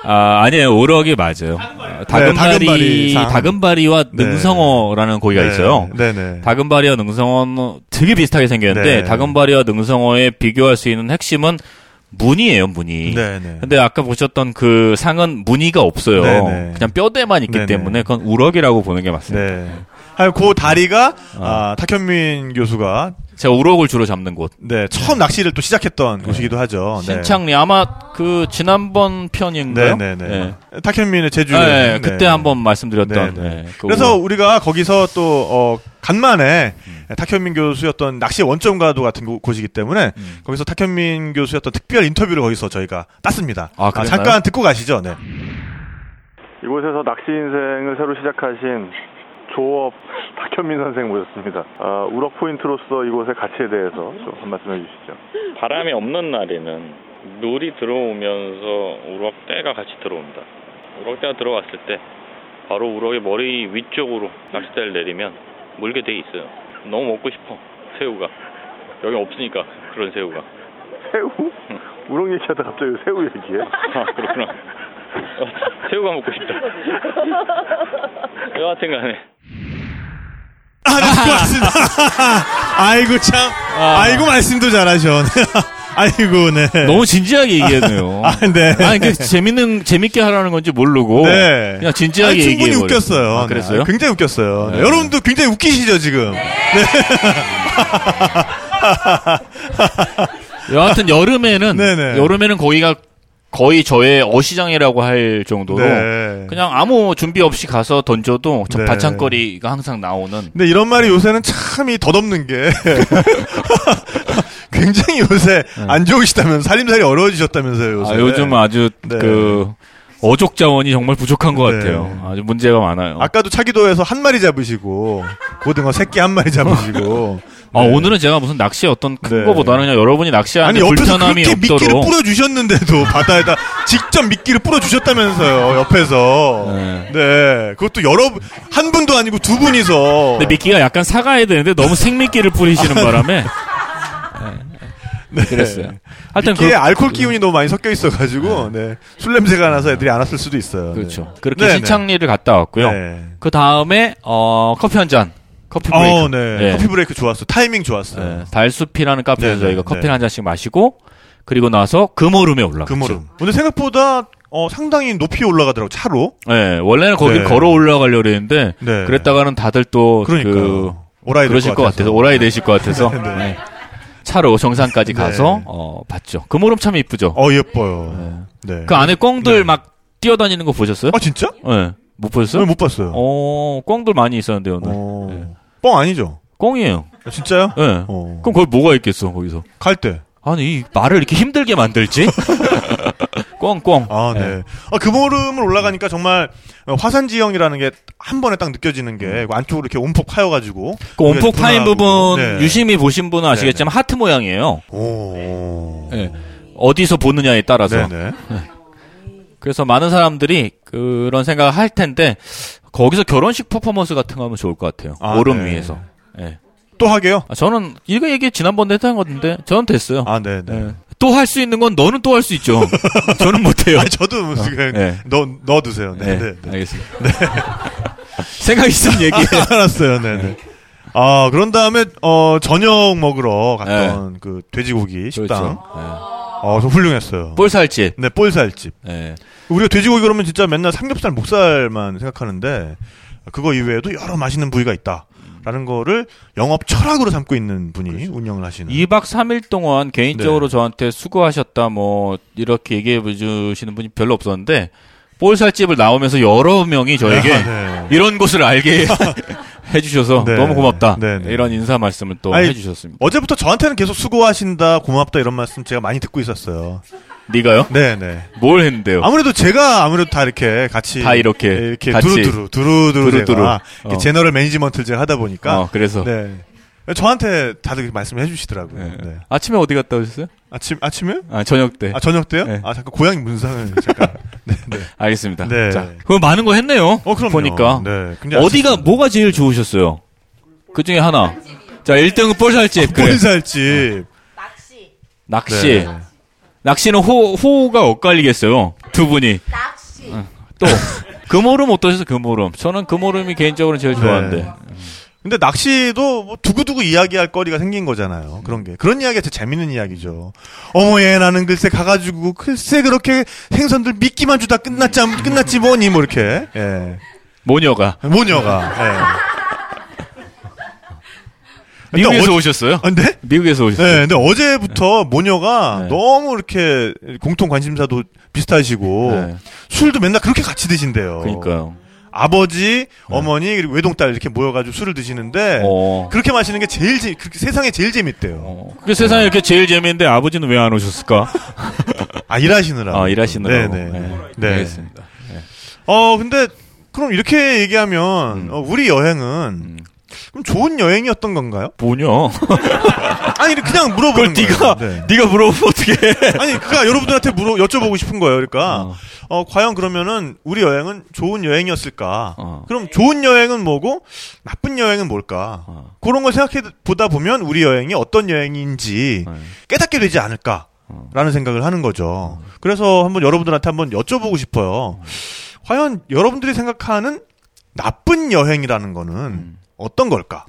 Speaker 7: 아, 아니에요. 오럭이 맞아요. 어, 다금바리,
Speaker 6: 네, 다금바리상.
Speaker 7: 다금바리와
Speaker 6: 네.
Speaker 7: 능성어라는 고기가 있어요.
Speaker 6: 네네.
Speaker 7: 다금바리와 능성어는 되게 비슷하게 생겼는데,
Speaker 6: 네.
Speaker 7: 다금바리와 능성어에 비교할 수 있는 핵심은 무늬예요, 무늬.
Speaker 6: 네네.
Speaker 7: 근데 아까 보셨던 그 상은 무늬가 없어요.
Speaker 6: 네네.
Speaker 7: 그냥 뼈대만 있기
Speaker 6: 네네.
Speaker 7: 때문에 그건 우럭이라고 보는 게 맞습니다.
Speaker 6: 네. 아니, 그 다리가, 아, 탁현민 교수가,
Speaker 7: 제가 우럭을 주로 잡는 곳.
Speaker 6: 네, 처음 낚시를 또 시작했던 곳이기도 하죠. 네.
Speaker 7: 신창리 아마 그 지난번 편인가요?
Speaker 6: 네네네.
Speaker 7: 네.
Speaker 6: 탁현민의 제주.
Speaker 7: 네,
Speaker 6: 여행.
Speaker 7: 그때 한번 말씀드렸던.
Speaker 6: 네, 네.
Speaker 7: 네, 그
Speaker 6: 그래서
Speaker 7: 우럭.
Speaker 6: 우리가 거기서 또, 어, 간만에
Speaker 7: 음.
Speaker 6: 탁현민 교수였던 낚시 원점가도 같은 곳- 곳이기 때문에
Speaker 7: 음.
Speaker 6: 거기서 탁현민 교수였던 특별 인터뷰를 거기서 저희가 땄습니다.
Speaker 7: 아, 그랬나요?
Speaker 6: 잠깐 듣고 가시죠. 네.
Speaker 8: 이곳에서 낚시 인생을 새로 시작하신 조업 박현민 선생 모셨습니다. 아, 우럭 포인트로서 이곳의 가치에 대해서 좀 한 말씀해 주시죠.
Speaker 9: 바람이 없는 날에는 물이 들어오면서 우럭대가 같이 들어온다. 우럭대가 들어왔을 때 바로 우럭의 머리 위쪽으로 낚싯대를 내리면 물게 돼 있어요. 너무 먹고 싶어 새우가 여기 없으니까 그런 새우가
Speaker 8: 새우? 우럭 얘기하다 갑자기 왜 새우 얘기해?
Speaker 9: 아 그렇구나 어, 새우가 먹고 싶다. 여하튼간에
Speaker 6: 아, 네, 고맙습니다. 아이고, 참. 아. 이고 말씀도 잘하셔. 아이고, 네.
Speaker 7: 너무 진지하게 얘기했네요.
Speaker 6: 아, 네.
Speaker 7: 아니, 그 재밌는 재밌게 하라는 건지 모르고
Speaker 6: 네.
Speaker 7: 그냥 진지하게
Speaker 6: 아니, 충분히
Speaker 7: 얘기해 버렸어요.
Speaker 6: 웃겼어요.
Speaker 7: 아, 그랬어요?
Speaker 6: 네, 굉장히 웃겼어요. 네,
Speaker 7: 네.
Speaker 6: 여러분도 굉장히 웃기시죠, 지금? 네.
Speaker 7: 여하튼 여름에는
Speaker 6: 네네.
Speaker 7: 여름에는 거기가 거의 저의 어시장이라고 할 정도로
Speaker 6: 네.
Speaker 7: 그냥 아무 준비 없이 가서 던져도 저
Speaker 6: 네.
Speaker 7: 바찬거리가 항상 나오는
Speaker 6: 근데 이런 말이 요새는 참 이 덧없는 게 굉장히 요새 안 좋으시다면서 살림살이 어려워지셨다면서요, 요새.
Speaker 7: 네. 아, 요즘 아주
Speaker 6: 네.
Speaker 7: 그 어족 자원이 정말 부족한 것
Speaker 6: 네.
Speaker 7: 같아요. 아주 문제가 많아요. 아,
Speaker 6: 아까도 차기도에서 한 마리 잡으시고 고등어 새끼 한 마리 잡으시고 네.
Speaker 7: 아, 오늘은 제가 무슨 낚시 어떤 큰
Speaker 6: 네.
Speaker 7: 거보다는 그냥 여러분이 낚시하는
Speaker 6: 아니 옆에서
Speaker 7: 불편함이
Speaker 6: 그렇게 미끼를
Speaker 7: 없도록
Speaker 6: 뿌려 주셨는데도 바다에다 직접 미끼를 뿌려 주셨다면서요 옆에서 네.
Speaker 7: 네.
Speaker 6: 그것도 여러 분- 한 분도 아니고 두 분이서
Speaker 7: 근데 미끼가 약간 사가야 되는데 너무 생미끼를 뿌리시는 바람에
Speaker 6: 네.
Speaker 7: 그랬어요. 하여튼
Speaker 6: 미끼에
Speaker 7: 그,
Speaker 6: 알코올 기운이 너무 많이 섞여 있어가지고 네. 술 냄새가 나서 애들이 안 왔을 수도 있어요.
Speaker 7: 그렇죠. 그렇게
Speaker 6: 네,
Speaker 7: 신창리를 갔다
Speaker 6: 네.
Speaker 7: 왔고요.
Speaker 6: 네.
Speaker 7: 그 다음에 어 커피 한 잔, 커피 브레이크.
Speaker 6: 어, 네.
Speaker 7: 네.
Speaker 6: 커피 브레이크 좋았어. 타이밍 좋았어요.
Speaker 7: 네, 달숲이라는
Speaker 6: 네,
Speaker 7: 카페에서
Speaker 6: 네,
Speaker 7: 저희가
Speaker 6: 네.
Speaker 7: 커피 를한 잔씩 마시고 그리고 나서 금오름에 올라갔죠.
Speaker 6: 금오름. 근데 생각보다 어, 상당히 높이 올라가더라고 차로.
Speaker 7: 네, 원래는 거기
Speaker 6: 네.
Speaker 7: 걸어 올라가려고 했는데
Speaker 6: 네.
Speaker 7: 그랬다가는 다들 또 그,
Speaker 6: 그러니까 오라이 될
Speaker 7: 그러실 것 같아서 오라이 되실 것 같아서
Speaker 6: 네.
Speaker 7: 네. 차로 정상까지
Speaker 6: 네.
Speaker 7: 가서 어, 봤죠. 금오름 참 이쁘죠.
Speaker 6: 어 예뻐요. 네.
Speaker 7: 그 안에 꿩들
Speaker 6: 네.
Speaker 7: 막 뛰어다니는 거 보셨어요?
Speaker 6: 아 진짜?
Speaker 7: 네. 못 보셨어요?
Speaker 6: 오늘 못 봤어요.
Speaker 7: 어, 꿩들 많이 있었는데 오늘.
Speaker 6: 어.
Speaker 7: 네.
Speaker 6: 뻥 아니죠?
Speaker 7: 꿩이에요.
Speaker 6: 아, 진짜요?
Speaker 7: 예.
Speaker 6: 어.
Speaker 7: 그럼 거기 뭐가 있겠어 거기서?
Speaker 6: 갈 때.
Speaker 7: 아니 이 말을 이렇게 힘들게 만들지? 꽁꽁.
Speaker 6: 아, 네.
Speaker 7: 네.
Speaker 6: 아, 금오름을 올라가니까 정말 어, 화산 지형이라는 게 한 번에 딱 느껴지는 게그 안쪽으로 이렇게 움푹 파여가지고.
Speaker 7: 음. 그 온폭 파인
Speaker 6: 분할하고.
Speaker 7: 부분
Speaker 6: 네.
Speaker 7: 유심히 보신 분은 아시겠지만 하트 모양이에요.
Speaker 6: 오.
Speaker 7: 네. 어디서 보느냐에 따라서.
Speaker 6: 네네.
Speaker 7: 그래서 많은 사람들이 그런 생각을 할 텐데 거기서 결혼식 퍼포먼스 같은 거 하면 좋을 것 같아요.
Speaker 6: 아,
Speaker 7: 오름
Speaker 6: 네.
Speaker 7: 위에서. 예.
Speaker 6: 또 하게요?
Speaker 7: 아, 저는 이거 얘기 지난번에 했던 건데 저는 됐어요.
Speaker 6: 아, 네네.
Speaker 7: 또 할 수 있는 건 너는 또 할 수 있죠. 저는 못해요.
Speaker 6: 아, 저도 그냥
Speaker 7: 네.
Speaker 6: 넣, 넣어두세요.
Speaker 7: 네,
Speaker 6: 네. 네. 네.
Speaker 7: 알겠습니다. 생각 있으면 얘기해요.
Speaker 6: 알았어요. 네네. 아, 그런 다음에, 어, 저녁 먹으러
Speaker 7: 예. 네.
Speaker 6: 갔던 그 돼지고기 식당.
Speaker 7: 그렇죠.
Speaker 6: 어, 저 훌륭했어요.
Speaker 7: 예. 볼 살집.
Speaker 6: 네, 볼살집.
Speaker 7: 예.
Speaker 6: 우리가 돼지고기 그러면 진짜 맨날 삼겹살, 목살만 생각하는데, 그거 이외에도 여러 맛있는 부위가 있다. 라는 거를 영업 철학으로 삼고 있는 분이
Speaker 7: 그렇죠.
Speaker 6: 운영을 하시는.
Speaker 7: 2박 3일 동안 개인적으로
Speaker 6: 네.
Speaker 7: 저한테 수고하셨다 뭐 이렇게 얘기해 주시는 분이 별로 없었는데 볼살집을 나오면서 여러 명이 저에게
Speaker 6: 아, 네.
Speaker 7: 이런 곳을 알게 해주셔서
Speaker 6: 네.
Speaker 7: 너무 고맙다
Speaker 6: 네, 네.
Speaker 7: 이런 인사 말씀을 또
Speaker 6: 아니,
Speaker 7: 해주셨습니다.
Speaker 6: 어제부터 저한테는 계속 수고하신다, 고맙다 이런 말씀 제가 많이 듣고 있었어요.
Speaker 7: 네가요?
Speaker 6: 네네.
Speaker 7: 뭘 했는데요?
Speaker 6: 아무래도 제가 아무래도 다 이렇게 같이
Speaker 7: 다 이렇게
Speaker 6: 이렇게
Speaker 7: 같이.
Speaker 6: 두루두루 두루두루
Speaker 7: 두루두루.
Speaker 6: 제가 이렇게
Speaker 7: 어.
Speaker 6: 제너럴 매니지먼트를 제가 하다 보니까
Speaker 7: 어, 그래서
Speaker 6: 네 저한테 다들 이렇게 말씀해 주시더라고요.
Speaker 7: 예.
Speaker 6: 네.
Speaker 7: 아침에 어디 갔다 오셨어요?
Speaker 6: 아침 아침에?
Speaker 7: 아 저녁 때.
Speaker 6: 아 저녁 때요?
Speaker 7: 네.
Speaker 6: 아 잠깐 고양이 문상을 잠깐.
Speaker 7: 알겠습니다.
Speaker 6: 네.
Speaker 7: 자, 그럼 많은 거 했네요.
Speaker 6: 어 그럼
Speaker 7: 보니까
Speaker 6: 네. 굉장히
Speaker 7: 어디가 뭐가 제일 좋으셨어요? 그 중에 하나. 자, 1등은 볼살집. 그래.
Speaker 6: 본살집. 네.
Speaker 7: 낚시. 낚시는 호, 호가 엇갈리겠어요. 두 분이. 낚시. 또. 금오름 어떠셨어요, 금오름? 저는 금오름이 개인적으로
Speaker 6: 네.
Speaker 7: 제일 좋아하는데.
Speaker 6: 근데 낚시도 뭐 두고두고 이야기할 거리가 생긴 거잖아요. 그런 게. 그런 이야기가 진짜 재밌는 이야기죠. 어머, 얘 나는 글쎄 가가지고, 글쎄 그렇게 생선들 미끼만 주다 끝났지, 끝났지 뭐니, 뭐 이렇게. 예.
Speaker 7: 모녀가.
Speaker 6: 모녀가. 예.
Speaker 7: 미국에서
Speaker 6: 근데 어-
Speaker 7: 오셨어요?
Speaker 6: 아, 근데?
Speaker 7: 미국에서 오셨어요?
Speaker 6: 네, 근데 어제부터 모녀가
Speaker 7: 네.
Speaker 6: 너무 이렇게 공통 관심사도 비슷하시고
Speaker 7: 네,
Speaker 6: 술도 맨날 그렇게 같이 드신대요.
Speaker 7: 그러니까요. 네.
Speaker 6: 아버지, 어머니 그리고 외동딸 이렇게 모여가지고 술을 드시는데
Speaker 7: 어.
Speaker 6: 그렇게 마시는 게 제일 재, 그렇게 세상에 제일 재밌대요.
Speaker 7: 어. 그게 세상에 이렇게 제일 재미있는데 아버지는 왜 안 오셨을까?
Speaker 6: 아 일하시느라.
Speaker 7: 아, 일하시느라고.
Speaker 6: 네네. 네.
Speaker 7: 네. 알겠습니다.
Speaker 6: 어 근데 그럼 이렇게
Speaker 7: 음.
Speaker 6: 얘기하면 어, 우리 여행은 그럼 좋은 여행이었던 건가요?
Speaker 7: 모녀.
Speaker 6: 아니 그냥 물어보는
Speaker 7: 그걸
Speaker 6: 거예요.
Speaker 7: 네가
Speaker 6: 네.
Speaker 7: 네가 물어보면 어떻게 해?
Speaker 6: 아니 그가 여러분들한테 물어 여쭤보고 싶은 거예요. 그러니까 어. 과연 그러면은 우리 여행은 좋은 여행이었을까?
Speaker 7: 어.
Speaker 6: 그럼 좋은 여행은 뭐고 나쁜 여행은 뭘까?
Speaker 7: 어.
Speaker 6: 그런 걸 생각해 보다 보면 우리 여행이 어떤 여행인지
Speaker 7: 네.
Speaker 6: 깨닫게 되지 않을까?
Speaker 7: 어.
Speaker 6: 라는 생각을 하는 거죠. 그래서 한번 여러분들한테 한번 여쭤보고 싶어요. 과연 여러분들이 생각하는 나쁜 여행이라는 거는
Speaker 7: 음.
Speaker 6: 어떤 걸까?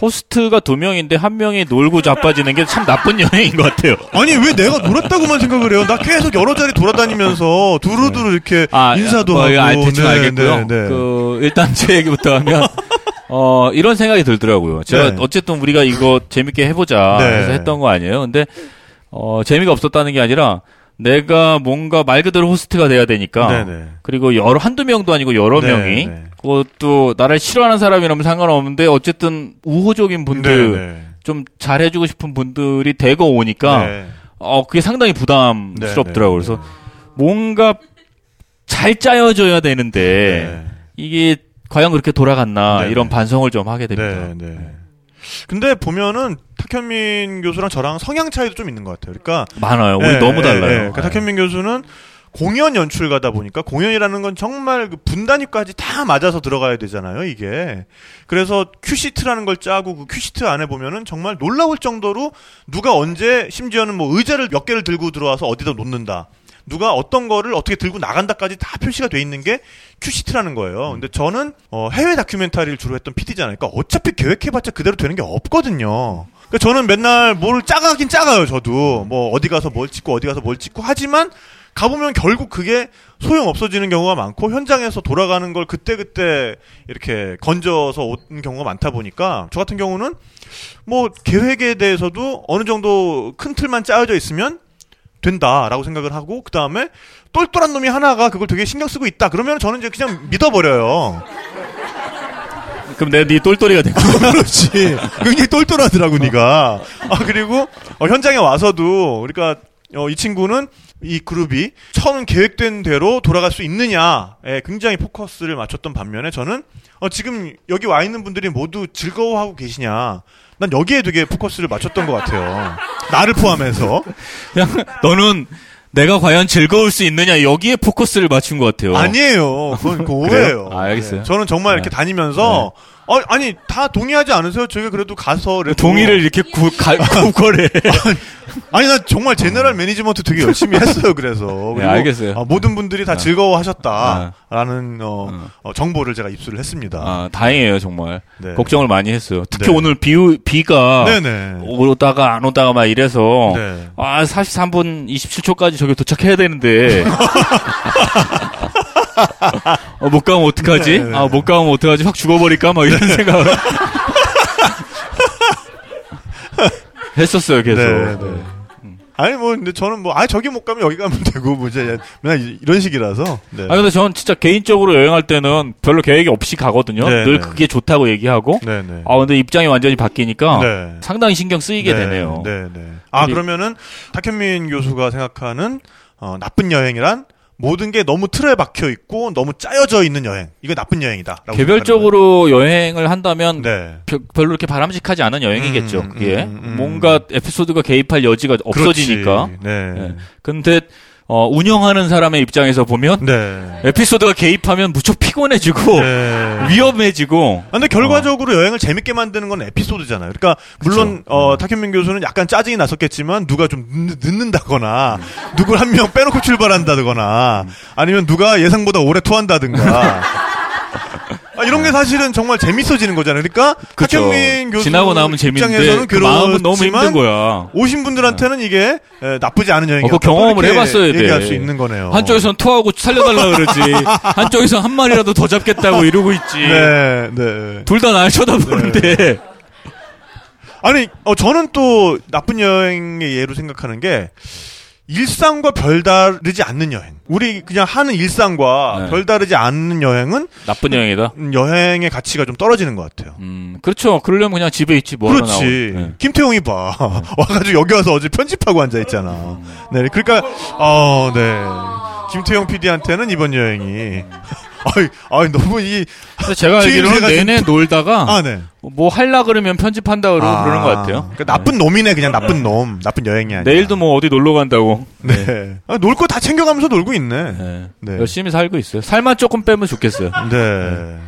Speaker 7: 호스트가 두 명인데 한 명이 놀고 자빠지는 게 참 나쁜 여행인 것 같아요.
Speaker 6: 아니 왜 내가 놀았다고만 생각을 해요? 나 계속 여러 자리 돌아다니면서 두루두루 이렇게 인사도
Speaker 7: 뭐,
Speaker 6: 하고
Speaker 7: 아, 대충
Speaker 6: 네,
Speaker 7: 알겠고요.
Speaker 6: 네, 네.
Speaker 7: 그 일단 제 얘기부터 하면 어 이런 생각이 들더라고요. 제가
Speaker 6: 네.
Speaker 7: 어쨌든 우리가 이거 재밌게 해보자
Speaker 6: 네.
Speaker 7: 해서 했던 거 아니에요. 근데 어 재미가 없었다는 게 아니라 내가 뭔가 말 그대로 호스트가 돼야 되니까
Speaker 6: 네, 네.
Speaker 7: 그리고 여러 한두 명도 아니고 여러
Speaker 6: 네,
Speaker 7: 명이
Speaker 6: 네.
Speaker 7: 그것도 나를 싫어하는 사람이라면 상관없는데 어쨌든 우호적인 분들
Speaker 6: 네,
Speaker 7: 좀 잘해주고 싶은 분들이 대거 오니까
Speaker 6: 네.
Speaker 7: 어 그게 상당히 부담스럽더라고요.
Speaker 6: 네, 네,
Speaker 7: 그래서 뭔가 잘 짜여져야 되는데
Speaker 6: 네.
Speaker 7: 이게 과연 그렇게 돌아갔나
Speaker 6: 네,
Speaker 7: 이런
Speaker 6: 네.
Speaker 7: 반성을 좀 하게
Speaker 6: 네,
Speaker 7: 됩니다.
Speaker 6: 네. 근데 보면은 탁현민 교수랑 저랑 성향 차이도 좀 있는 것 같아요. 그러니까
Speaker 7: 많아요. 우리
Speaker 6: 예,
Speaker 7: 너무
Speaker 6: 예, 예.
Speaker 7: 달라요.
Speaker 6: 그러니까 탁현민 교수는 공연 연출가다 보니까 공연이라는 건 정말 그 분단위까지 다 맞아서 들어가야 되잖아요, 이게. 그래서 큐시트라는 걸 짜고 그 큐시트 안에 보면은 정말 놀라울 정도로 누가 언제 심지어는 뭐 의자를 몇 개를 들고 들어와서 어디다 놓는다. 누가 어떤 거를 어떻게 들고 나간다까지 다 표시가 돼 있는 게 큐시트라는 거예요. 근데 저는 어, 해외 다큐멘터리를 주로 했던 PD잖아요. 그러니까 어차피 계획해봤자 그대로 되는 게 없거든요. 그러니까 저는 맨날 뭘 짜가긴 짜가요. 저도 뭐 어디 가서 뭘 찍고 어디 가서 뭘 찍고 하지만 가보면 결국 그게 소용 없어지는 경우가 많고 현장에서 돌아가는 걸 그때 그때 이렇게 건져서 온 경우가 많다 보니까 저 같은 경우는 뭐 계획에 대해서도 어느 정도 큰 틀만 짜여져 있으면 된다라고 생각을 하고 그 다음에 똘똘한 놈이 하나가 그걸 되게 신경 쓰고 있다 그러면 저는 이제 그냥 믿어버려요.
Speaker 7: 그럼 내가 네 똘똘이가 된 거.
Speaker 6: 그렇지. 굉장히 똘똘하더라고, 니가. 아, 그리고, 어, 현장에 와서도, 그러니까, 어, 이 친구는 이 그룹이 처음 계획된 대로 돌아갈 수 있느냐에 굉장히 포커스를 맞췄던 반면에 저는 어, 지금 여기 와 있는 분들이 모두 즐거워하고 계시냐. 난 여기에 되게 포커스를 맞췄던 것 같아요. 나를 포함해서.
Speaker 7: 그냥 너는 내가 과연 즐거울 수 있느냐 여기에 포커스를 맞춘 것 같아요.
Speaker 6: 아니에요. 그건 그거
Speaker 7: 그래요?
Speaker 6: 오해예요.
Speaker 7: 아, 알겠어요.
Speaker 6: 네. 저는 정말 이렇게
Speaker 7: 네.
Speaker 6: 다니면서 어, 아니 다 동의하지 않으세요? 저희가 그래도 가서 레-
Speaker 7: 동의를 이렇게 구, 가, 구걸해.
Speaker 6: 아니 나 정말 제너럴 매니지먼트 되게 열심히 했어요. 그래서 그리고,
Speaker 7: 네, 알겠어요.
Speaker 6: 아, 모든 분들이 다
Speaker 7: 네.
Speaker 6: 즐거워하셨다라는 어,
Speaker 7: 음.
Speaker 6: 어, 정보를 제가 입수를 했습니다.
Speaker 7: 아, 다행이에요, 정말.
Speaker 6: 네.
Speaker 7: 걱정을 많이 했어요. 특히
Speaker 6: 네.
Speaker 7: 오늘 비, 오- 비가
Speaker 6: 네네.
Speaker 7: 오다가 안 오다가 막 이래서
Speaker 6: 네.
Speaker 7: 아, 43분 27초까지 저기 도착해야 되는데. 어, 못 가면 어떡하지?
Speaker 6: 네, 네.
Speaker 7: 아, 못 가면 어떡하지? 확 죽어버릴까? 막 이런 생각을. 했었어요, 계속.
Speaker 6: 네, 네. 아니 뭐 근데 저는 뭐 아 저기 못 가면 여기 가면 되고 뭐 이제 맨날 이- 이런 식이라서. 네.
Speaker 7: 아 근데 전 진짜 개인적으로 여행할 때는 별로 계획이 없이 가거든요.
Speaker 6: 네,
Speaker 7: 늘
Speaker 6: 네.
Speaker 7: 그게 좋다고 얘기하고.
Speaker 6: 네네.
Speaker 7: 아 근데 입장이 완전히 바뀌니까
Speaker 6: 네.
Speaker 7: 상당히 신경 쓰이게 되네요.
Speaker 6: 네, 네. 아
Speaker 7: 그리고-
Speaker 6: 그러면은 탁현민 교수가 생각하는 어, 나쁜 여행이란 모든 게 너무 틀에 박혀 있고 너무 짜여져 있는 여행. 이거 나쁜 여행이다라고.
Speaker 7: 개별적으로 여행을 한다면
Speaker 6: 생각하는 거예요. 네.
Speaker 7: 별- 별로 이렇게 바람직하지 않은 여행이겠죠.
Speaker 6: 음,
Speaker 7: 그게
Speaker 6: 음, 음, 음.
Speaker 7: 뭔가 에피소드가 개입할 여지가 없어지니까.
Speaker 6: 그렇지. 네.
Speaker 7: 네. 근데 어, 운영하는 사람의 입장에서 보면
Speaker 6: 네.
Speaker 7: 에피소드가 개입하면 무척 피곤해지고
Speaker 6: 네.
Speaker 7: 위험해지고.
Speaker 6: 근데 결과적으로 여행을 재밌게 만드는 건 에피소드잖아요. 그러니까 물론 어, 탁현민 교수는 약간 짜증이 났었겠지만 누가 좀 늦, 늦는다거나 누굴 한 명 빼놓고 출발한다거나 아니면 누가 예상보다 오래 토한다든가. 아, 이런 게 사실은 정말 재밌어지는 거잖아요. 그러니까
Speaker 7: 그쵸.
Speaker 6: 탁현민 교수
Speaker 7: 지나고 나면 재밌는데
Speaker 6: 입장에서는
Speaker 7: 그 마음은 너무 힘든
Speaker 6: 그렇지만
Speaker 7: 거야.
Speaker 6: 오신 분들한테는 이게 에, 나쁘지 않은 여행이다.
Speaker 7: 어, 그 경험을
Speaker 6: 이렇게
Speaker 7: 해봤어야 돼.
Speaker 6: 얘기할 수 있는 거네요.
Speaker 7: 한쪽에선 토하고 살려달라 그러지. 한쪽에선 한 마리라도 더 잡겠다고 이러고 있지.
Speaker 6: 네, 네.
Speaker 7: 둘 다 날 쳐다보는데.
Speaker 6: 아니, 어, 저는 또 나쁜 여행의 예로 생각하는 게 일상과 별다르지 않는 여행. 우리 그냥 하는 일상과
Speaker 7: 네.
Speaker 6: 별다르지 않는 여행은
Speaker 7: 나쁜 여행이다.
Speaker 6: 음, 여행의 가치가 좀 떨어지는 것 같아요.
Speaker 7: 음, 그렇죠. 그러려면 그냥 집에 있지 뭐. 하러
Speaker 6: 그렇지.
Speaker 7: 나오고. 네.
Speaker 6: 김태용이 봐. 와가지고 여기 와서 어제 편집하고 앉아있잖아. 네. 그러니까, 어, 네. 김태용 PD한테는 이번 여행이. 아이, 아이, 너무 이.
Speaker 7: 근데 제가 알기로는
Speaker 6: 취임새가
Speaker 7: 내내 놀다가
Speaker 6: 아, 네.
Speaker 7: 뭐 할라 그러면 편집한다 그러고
Speaker 6: 아,
Speaker 7: 그러는 것 같아요.
Speaker 6: 그러니까 나쁜 놈이네, 그냥 나쁜 놈. 나쁜 여행이 아니야.
Speaker 7: 내일도 뭐 어디 놀러 간다고.
Speaker 6: 네. 아, 놀 거 다 챙겨가면서 놀고 있네. 네.
Speaker 7: 네.
Speaker 6: 네.
Speaker 7: 열심히 살고 있어요. 살만 조금 빼면 좋겠어요.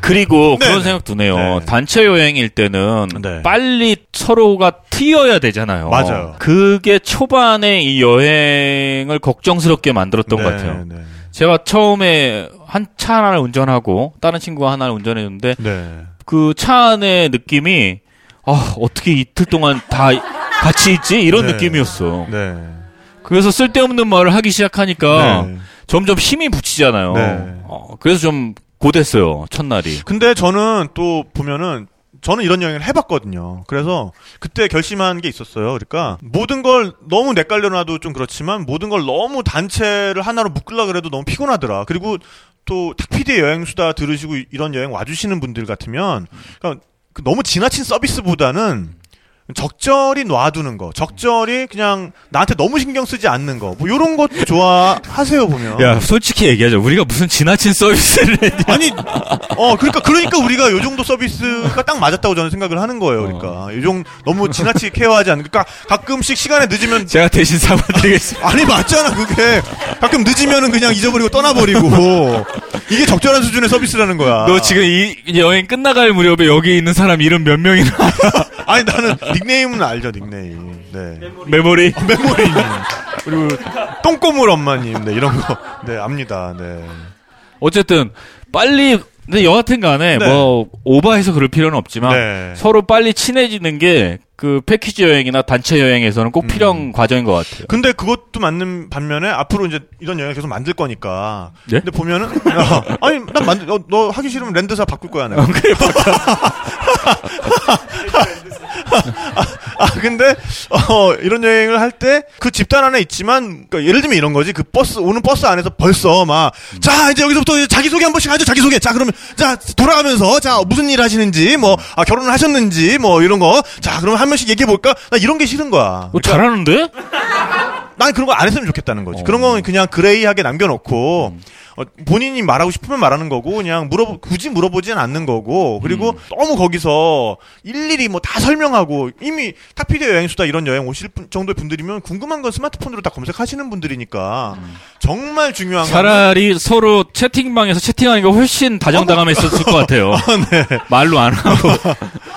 Speaker 7: 그리고
Speaker 6: 네.
Speaker 7: 그런 생각 드네요.
Speaker 6: 네.
Speaker 7: 단체 여행일 때는
Speaker 6: 네.
Speaker 7: 빨리 서로가 튀어야 되잖아요.
Speaker 6: 맞아요.
Speaker 7: 그게 초반에 이 여행을 걱정스럽게 만들었던 것
Speaker 6: 네,
Speaker 7: 같아요.
Speaker 6: 네.
Speaker 7: 제가 처음에 한 차 하나를 운전하고 다른 친구가 하나를 운전했는데
Speaker 6: 네.
Speaker 7: 그 차 안의 느낌이 아, 어떻게 이틀 동안 다 같이 있지? 이런
Speaker 6: 네.
Speaker 7: 느낌이었어.
Speaker 6: 네.
Speaker 7: 그래서 쓸데없는 말을 하기 시작하니까
Speaker 6: 네.
Speaker 7: 점점 힘이 붙이잖아요.
Speaker 6: 네.
Speaker 7: 어, 그래서 좀 고됐어요. 첫날이.
Speaker 6: 근데 저는 또 보면은 저는 이런 여행을 해봤거든요. 그래서 그때 결심한 게 있었어요. 그러니까 모든 걸 너무 내깔려놔도 좀 그렇지만 모든 걸 너무 단체를 하나로 묶으려 그래도 너무 피곤하더라. 그리고 또 탁피디의 여행수다 들으시고 이- 이런 여행 와주시는 분들 같으면 그러니까 그 너무 지나친 서비스보다는 적절히 놔두는 거, 적절히 그냥 나한테 너무 신경 쓰지 않는 거, 뭐 이런 것도 좋아하세요 보면.
Speaker 7: 야, 솔직히 얘기하자. 우리가 무슨 지나친 서비스를 했냐.
Speaker 6: 아니, 어, 그러니까, 그러니까 우리가 요 정도 서비스가 딱 맞았다고 저는 생각을 하는 거예요.
Speaker 7: 어.
Speaker 6: 그러니까. 요정 너무 지나치게 케어하지 않고. 그러니까 가끔씩 시간에 늦으면.
Speaker 7: 제가 대신 사과드리겠습니다.
Speaker 6: 아니, 맞잖아, 그게. 가끔 늦으면은 그냥 잊어버리고 떠나버리고. 이게 적절한 수준의 서비스라는 거야.
Speaker 7: 너 지금 이 여행 끝나갈 무렵에 여기 있는 사람 이름 몇 명이나
Speaker 6: 아니, 나는 닉네임은 알죠, 닉네임. 네.
Speaker 7: 메모리?
Speaker 6: 메모리님. 그리고 똥꼬물 엄마님. 네, 이런 거. 네, 압니다. 네.
Speaker 7: 어쨌든 빨리 근데 여하튼 간에
Speaker 6: 네.
Speaker 7: 뭐 오바해서 그럴 필요는 없지만
Speaker 6: 네.
Speaker 7: 서로 빨리 친해지는 게 그 패키지 여행이나 단체 여행에서는 꼭 필요한 과정인 것 같아요.
Speaker 6: 근데 음. 그것도 맞는 반면에 앞으로 이제 이런 여행 계속 만들 거니까.
Speaker 7: 예?
Speaker 6: 근데 보면은 어, 아니 난 만들 어, 너 하기 싫으면 랜드사 바꿀 거야 내가. 그래 아 근데 어, 이런 여행을 할 때 그 집단 안에 있지만 그러니까 예를 들면 이런 거지 그 버스 오는 버스 안에서 벌써 막 자 이제 여기서부터 이제 자기소개 한 번씩 하죠 자기소개 자 그러면 자 돌아가면서 자 무슨 일 하시는지 뭐 아, 결혼을 하셨는지 뭐 이런 거자 그러면 한 명씩 얘기해 볼까 나 이런 게 싫은 거야
Speaker 7: 어, 잘하는데?
Speaker 6: 난 그런 거 안 했으면 좋겠다는 거지.
Speaker 7: 어. 음.
Speaker 6: 그런 건 그냥 그레이하게 남겨놓고 어, 본인이 말하고 싶으면 말하는 거고 그냥 물어 굳이 물어보진 않는 거고 그리고
Speaker 7: 음.
Speaker 6: 너무 거기서 일일이 뭐 다 설명하고 이미 탁피디의 여행수다 이런 여행 오실 분- 정도의 분들이면 궁금한 건 스마트폰으로 다 검색하시는 분들이니까 정말 중요한 건
Speaker 7: 음. 차라리 서로 채팅방에서 채팅하는 게 훨씬
Speaker 6: 어.
Speaker 7: 다정다감했었을 것 같아요.
Speaker 6: 네.
Speaker 7: 말로 안 하고.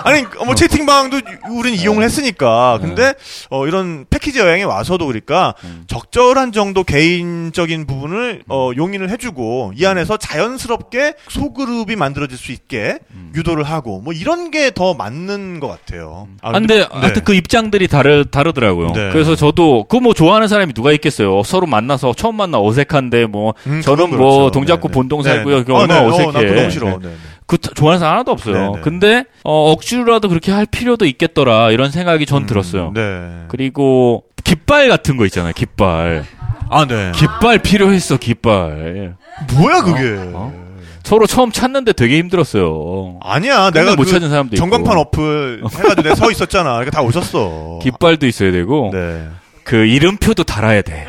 Speaker 6: 아니
Speaker 7: 어.
Speaker 6: 뭐 채팅방도 우린
Speaker 7: 네.
Speaker 6: 이용을 했으니까 근데 어, 이런 패키지 여행에 와서도 그러니까
Speaker 7: 음.
Speaker 6: 적절한 정도 개인적인 부분을 어, 용인을 해주고 이
Speaker 7: 음.
Speaker 6: 안에서 자연스럽게 소그룹이 만들어질 수 있게
Speaker 7: 음.
Speaker 6: 유도를 하고 뭐 이런 게 더 맞는 것 같아요. 아,
Speaker 7: 아, 근데 하여튼 그 입장들이 다르, 다르더라고요.
Speaker 6: 네.
Speaker 7: 그래서 저도 그 뭐 좋아하는 사람이 누가 있겠어요. 서로 만나서 처음 만나 어색한데 뭐
Speaker 6: 음,
Speaker 7: 저는
Speaker 6: 그건
Speaker 7: 뭐
Speaker 6: 그렇죠.
Speaker 7: 동작구
Speaker 6: 네, 네.
Speaker 7: 본동 살고요.
Speaker 6: 네,
Speaker 7: 그게
Speaker 6: 네.
Speaker 7: 얼마나
Speaker 6: 어, 네.
Speaker 7: 어색해.
Speaker 6: 어, 나도 너무 싫어. 네, 네.
Speaker 7: 그 타- 좋아하는 사람 하나도 없어요.
Speaker 6: 네네.
Speaker 7: 근데 어, 억지로라도 그렇게 할 필요도 있겠더라 이런 생각이 전 들었어요.
Speaker 6: 음, 네.
Speaker 7: 그리고 깃발 같은 거 있잖아요. 깃발.
Speaker 6: 아 네.
Speaker 7: 깃발 필요했어. 깃발.
Speaker 6: 뭐야 그게?
Speaker 7: 어? 서로 처음 찾는데 되게 힘들었어요.
Speaker 6: 아니야
Speaker 7: 근데
Speaker 6: 내가
Speaker 7: 못
Speaker 6: 그
Speaker 7: 찾은 사람도 있고.
Speaker 6: 전광판 어플 해가지고 내가 서 있었잖아. 그러니까 다 오셨어.
Speaker 7: 깃발도 있어야 되고
Speaker 6: 네.
Speaker 7: 그 이름표도 달아야 돼.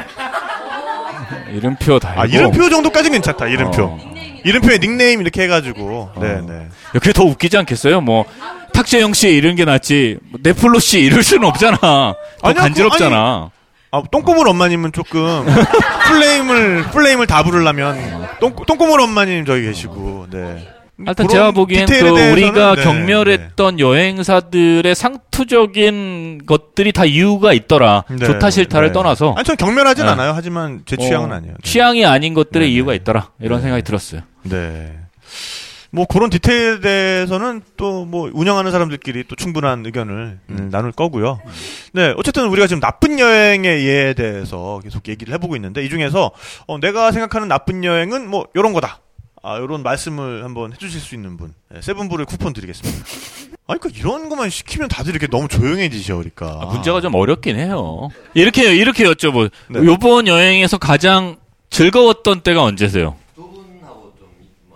Speaker 7: 이름표 달고.
Speaker 6: 아 이름표 정도까지 괜찮다. 이름표.
Speaker 7: 어.
Speaker 6: 이름표에 닉네임 이렇게 해가지고. 네네.
Speaker 7: 야, 그게 더 웃기지 않겠어요? 뭐 탁재영 씨 이런 게 낫지. 뭐, 네플로 씨 이럴 수는 없잖아. 더
Speaker 6: 아니야,
Speaker 7: 간지럽잖아.
Speaker 6: 아 똥꼬물 엄마님은 조금 플레임을 플레임을 다 부르려면 똥 똥꼬물 엄마님 저기 계시고. 네.
Speaker 7: 하여튼
Speaker 6: 그런
Speaker 7: 제가 보기엔 그
Speaker 6: 디테일에 대해서는,
Speaker 7: 우리가
Speaker 6: 네,
Speaker 7: 경멸했던 여행사들의 상투적인 것들이 다 이유가 있더라.
Speaker 6: 네,
Speaker 7: 좋다 싫다를
Speaker 6: 네.
Speaker 7: 떠나서
Speaker 6: 아니 전 경멸하진
Speaker 7: 네.
Speaker 6: 않아요. 하지만 제 취향은
Speaker 7: 어,
Speaker 6: 아니에요. 네.
Speaker 7: 취향이 아닌 것들의
Speaker 6: 네,
Speaker 7: 이유가
Speaker 6: 네.
Speaker 7: 있더라. 이런
Speaker 6: 네.
Speaker 7: 생각이 들었어요.
Speaker 6: 네. 뭐 그런 디테일에 대해서는 또 뭐 운영하는 사람들끼리 또 충분한 의견을 음, 나눌 거고요. 네, 어쨌든 우리가 지금 나쁜 여행의 예에 대해서 계속 얘기를 해보고 있는데 이 중에서 어, 내가 생각하는 나쁜 여행은 뭐 이런 거다. 아, 이런 말씀을 한번 해주실 수 있는 분 네, 세븐불을 쿠폰 드리겠습니다. 아니 그 이런 것만 시키면 다들 이렇게 너무 조용해지셔 그러니까.
Speaker 7: 아, 문제가 좀 어렵긴 해요. 이렇게 이렇게 여쭤보.
Speaker 6: 네.
Speaker 7: 요번 여행에서 가장 즐거웠던 때가 언제세요?
Speaker 6: 뭐
Speaker 7: 두 분하고 좀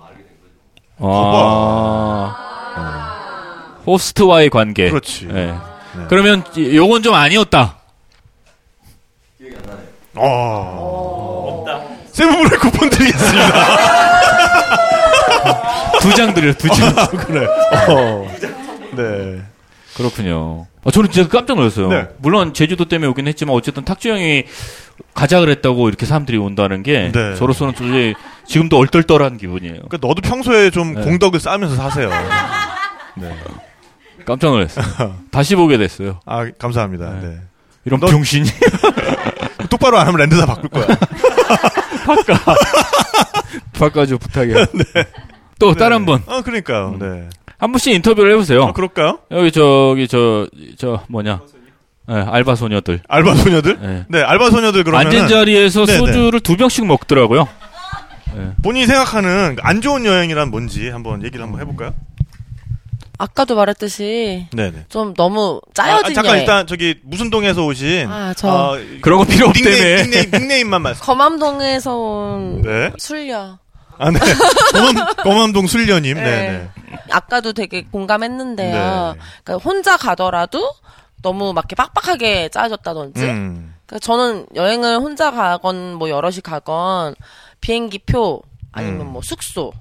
Speaker 7: 알게 된 거죠. 아. 호스트와의 관계.
Speaker 6: 그렇지. 네.
Speaker 7: 예. 그러면 이- 요건 좀 아니었다.
Speaker 6: 어. 없다. 세븐불을 쿠폰 드리겠습니다.
Speaker 7: 두 장 드려 두 장.
Speaker 6: 그래. 아, 어. 네.
Speaker 7: 그렇군요. 아, 저는 진짜 깜짝 놀랐어요.
Speaker 6: 네.
Speaker 7: 물론 제주도 때문에 오긴 했지만 어쨌든 탁주 형이 가자 그랬다고 이렇게 사람들이 온다는 게
Speaker 6: 네.
Speaker 7: 저로서는 도저히 지금도 얼떨떨한 기분이에요.
Speaker 6: 그러니까 너도 평소에 좀
Speaker 7: 네.
Speaker 6: 공덕을 쌓으면서 사세요. 네.
Speaker 7: 깜짝 놀랐어요. 다시 보게 됐어요.
Speaker 6: 아 감사합니다.
Speaker 7: 네.
Speaker 6: 네.
Speaker 7: 이런
Speaker 6: 너-
Speaker 7: 병신이
Speaker 6: 똑바로 안 하면 랜드 다 바꿀 거야.
Speaker 7: 바꿔줘 부탁해. 요
Speaker 6: 네.
Speaker 7: 또 다른 분. 음.
Speaker 6: 어 그러니까요. 네.
Speaker 7: 한 분씩 인터뷰를 해보세요.
Speaker 6: 어, 그럴까요?
Speaker 7: 여기 저기 저 저 뭐냐? 예, 알바 소녀들.
Speaker 6: 알바 소녀들?
Speaker 7: 네.
Speaker 6: 네, 알바 소녀들 그러면
Speaker 7: 앉은 자리에서
Speaker 6: 네, 네.
Speaker 7: 소주를 두 병씩 먹더라고요.
Speaker 10: 아.
Speaker 7: 네.
Speaker 6: 본인이 생각하는 안 좋은 여행이란 뭔지 한번 얘기를 한번 해볼까요?
Speaker 11: 아까도 말했듯이
Speaker 6: 네네.
Speaker 11: 좀 너무
Speaker 6: 아,
Speaker 11: 짜여진
Speaker 6: 잠깐
Speaker 11: 여행.
Speaker 6: 일단 저기 무슨 동에서 오신
Speaker 11: 아, 저.
Speaker 6: 어,
Speaker 7: 그런 거 필요
Speaker 6: 닉네임,
Speaker 7: 없다며.
Speaker 6: 닉네임, 닉네임만 말씀.
Speaker 11: 거mam동에서 온
Speaker 6: 네.
Speaker 11: 술녀.
Speaker 6: 아, 네. 검암, 검암동 술녀님.
Speaker 11: 네.
Speaker 6: 네.
Speaker 11: 아까도 되게
Speaker 6: 네.
Speaker 11: 공감했는데요.
Speaker 6: 네.
Speaker 11: 그러니까 혼자 가더라도 너무 막 이렇게 빡빡하게 짜여졌다든지.
Speaker 6: 음.
Speaker 11: 그러니까 저는 여행을 혼자 가건 뭐 여럿이 가건 비행기 표 아니면
Speaker 6: 음.
Speaker 11: 뭐 숙소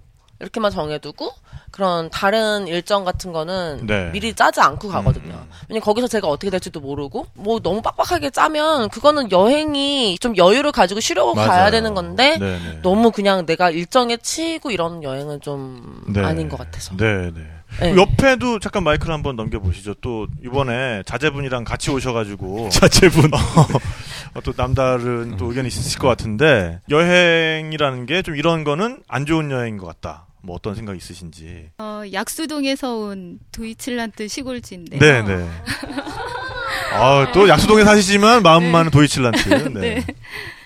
Speaker 11: 이렇게만 정해두고 그런 다른 일정 같은 거는
Speaker 6: 네. 음,
Speaker 11: 미리 짜지 않고 가거든요. 왜냐면 거기서 제가 어떻게 될지도 모르고 뭐 너무 빡빡하게 짜면 그거는 여행이 좀 여유를 가지고 쉬려고 가야
Speaker 6: 맞아요.
Speaker 11: 되는 건데
Speaker 6: 네네.
Speaker 11: 너무 그냥 내가 일정에 치이고 이런 여행은 좀
Speaker 6: 네.
Speaker 11: 아닌 것 같아서.
Speaker 6: 네, 네.
Speaker 11: 네.
Speaker 6: 옆에도 잠깐 마이크를 한번 넘겨보시죠. 또 이번에 자제분이랑 같이 오셔가지고 자제분 어, 또 남다른 또 의견이 있으실 것 같은데 여행이라는 게 좀 이런 거는 안 좋은 여행인 것 같다. 뭐 어떤 생각 있으신지.
Speaker 10: 어, 약수동에서 온 도이칠란드 시골지인데.
Speaker 6: 네, 네. 아, 또 약수동에 사시지만 마음만은 도이칠란트. 네.
Speaker 10: 네.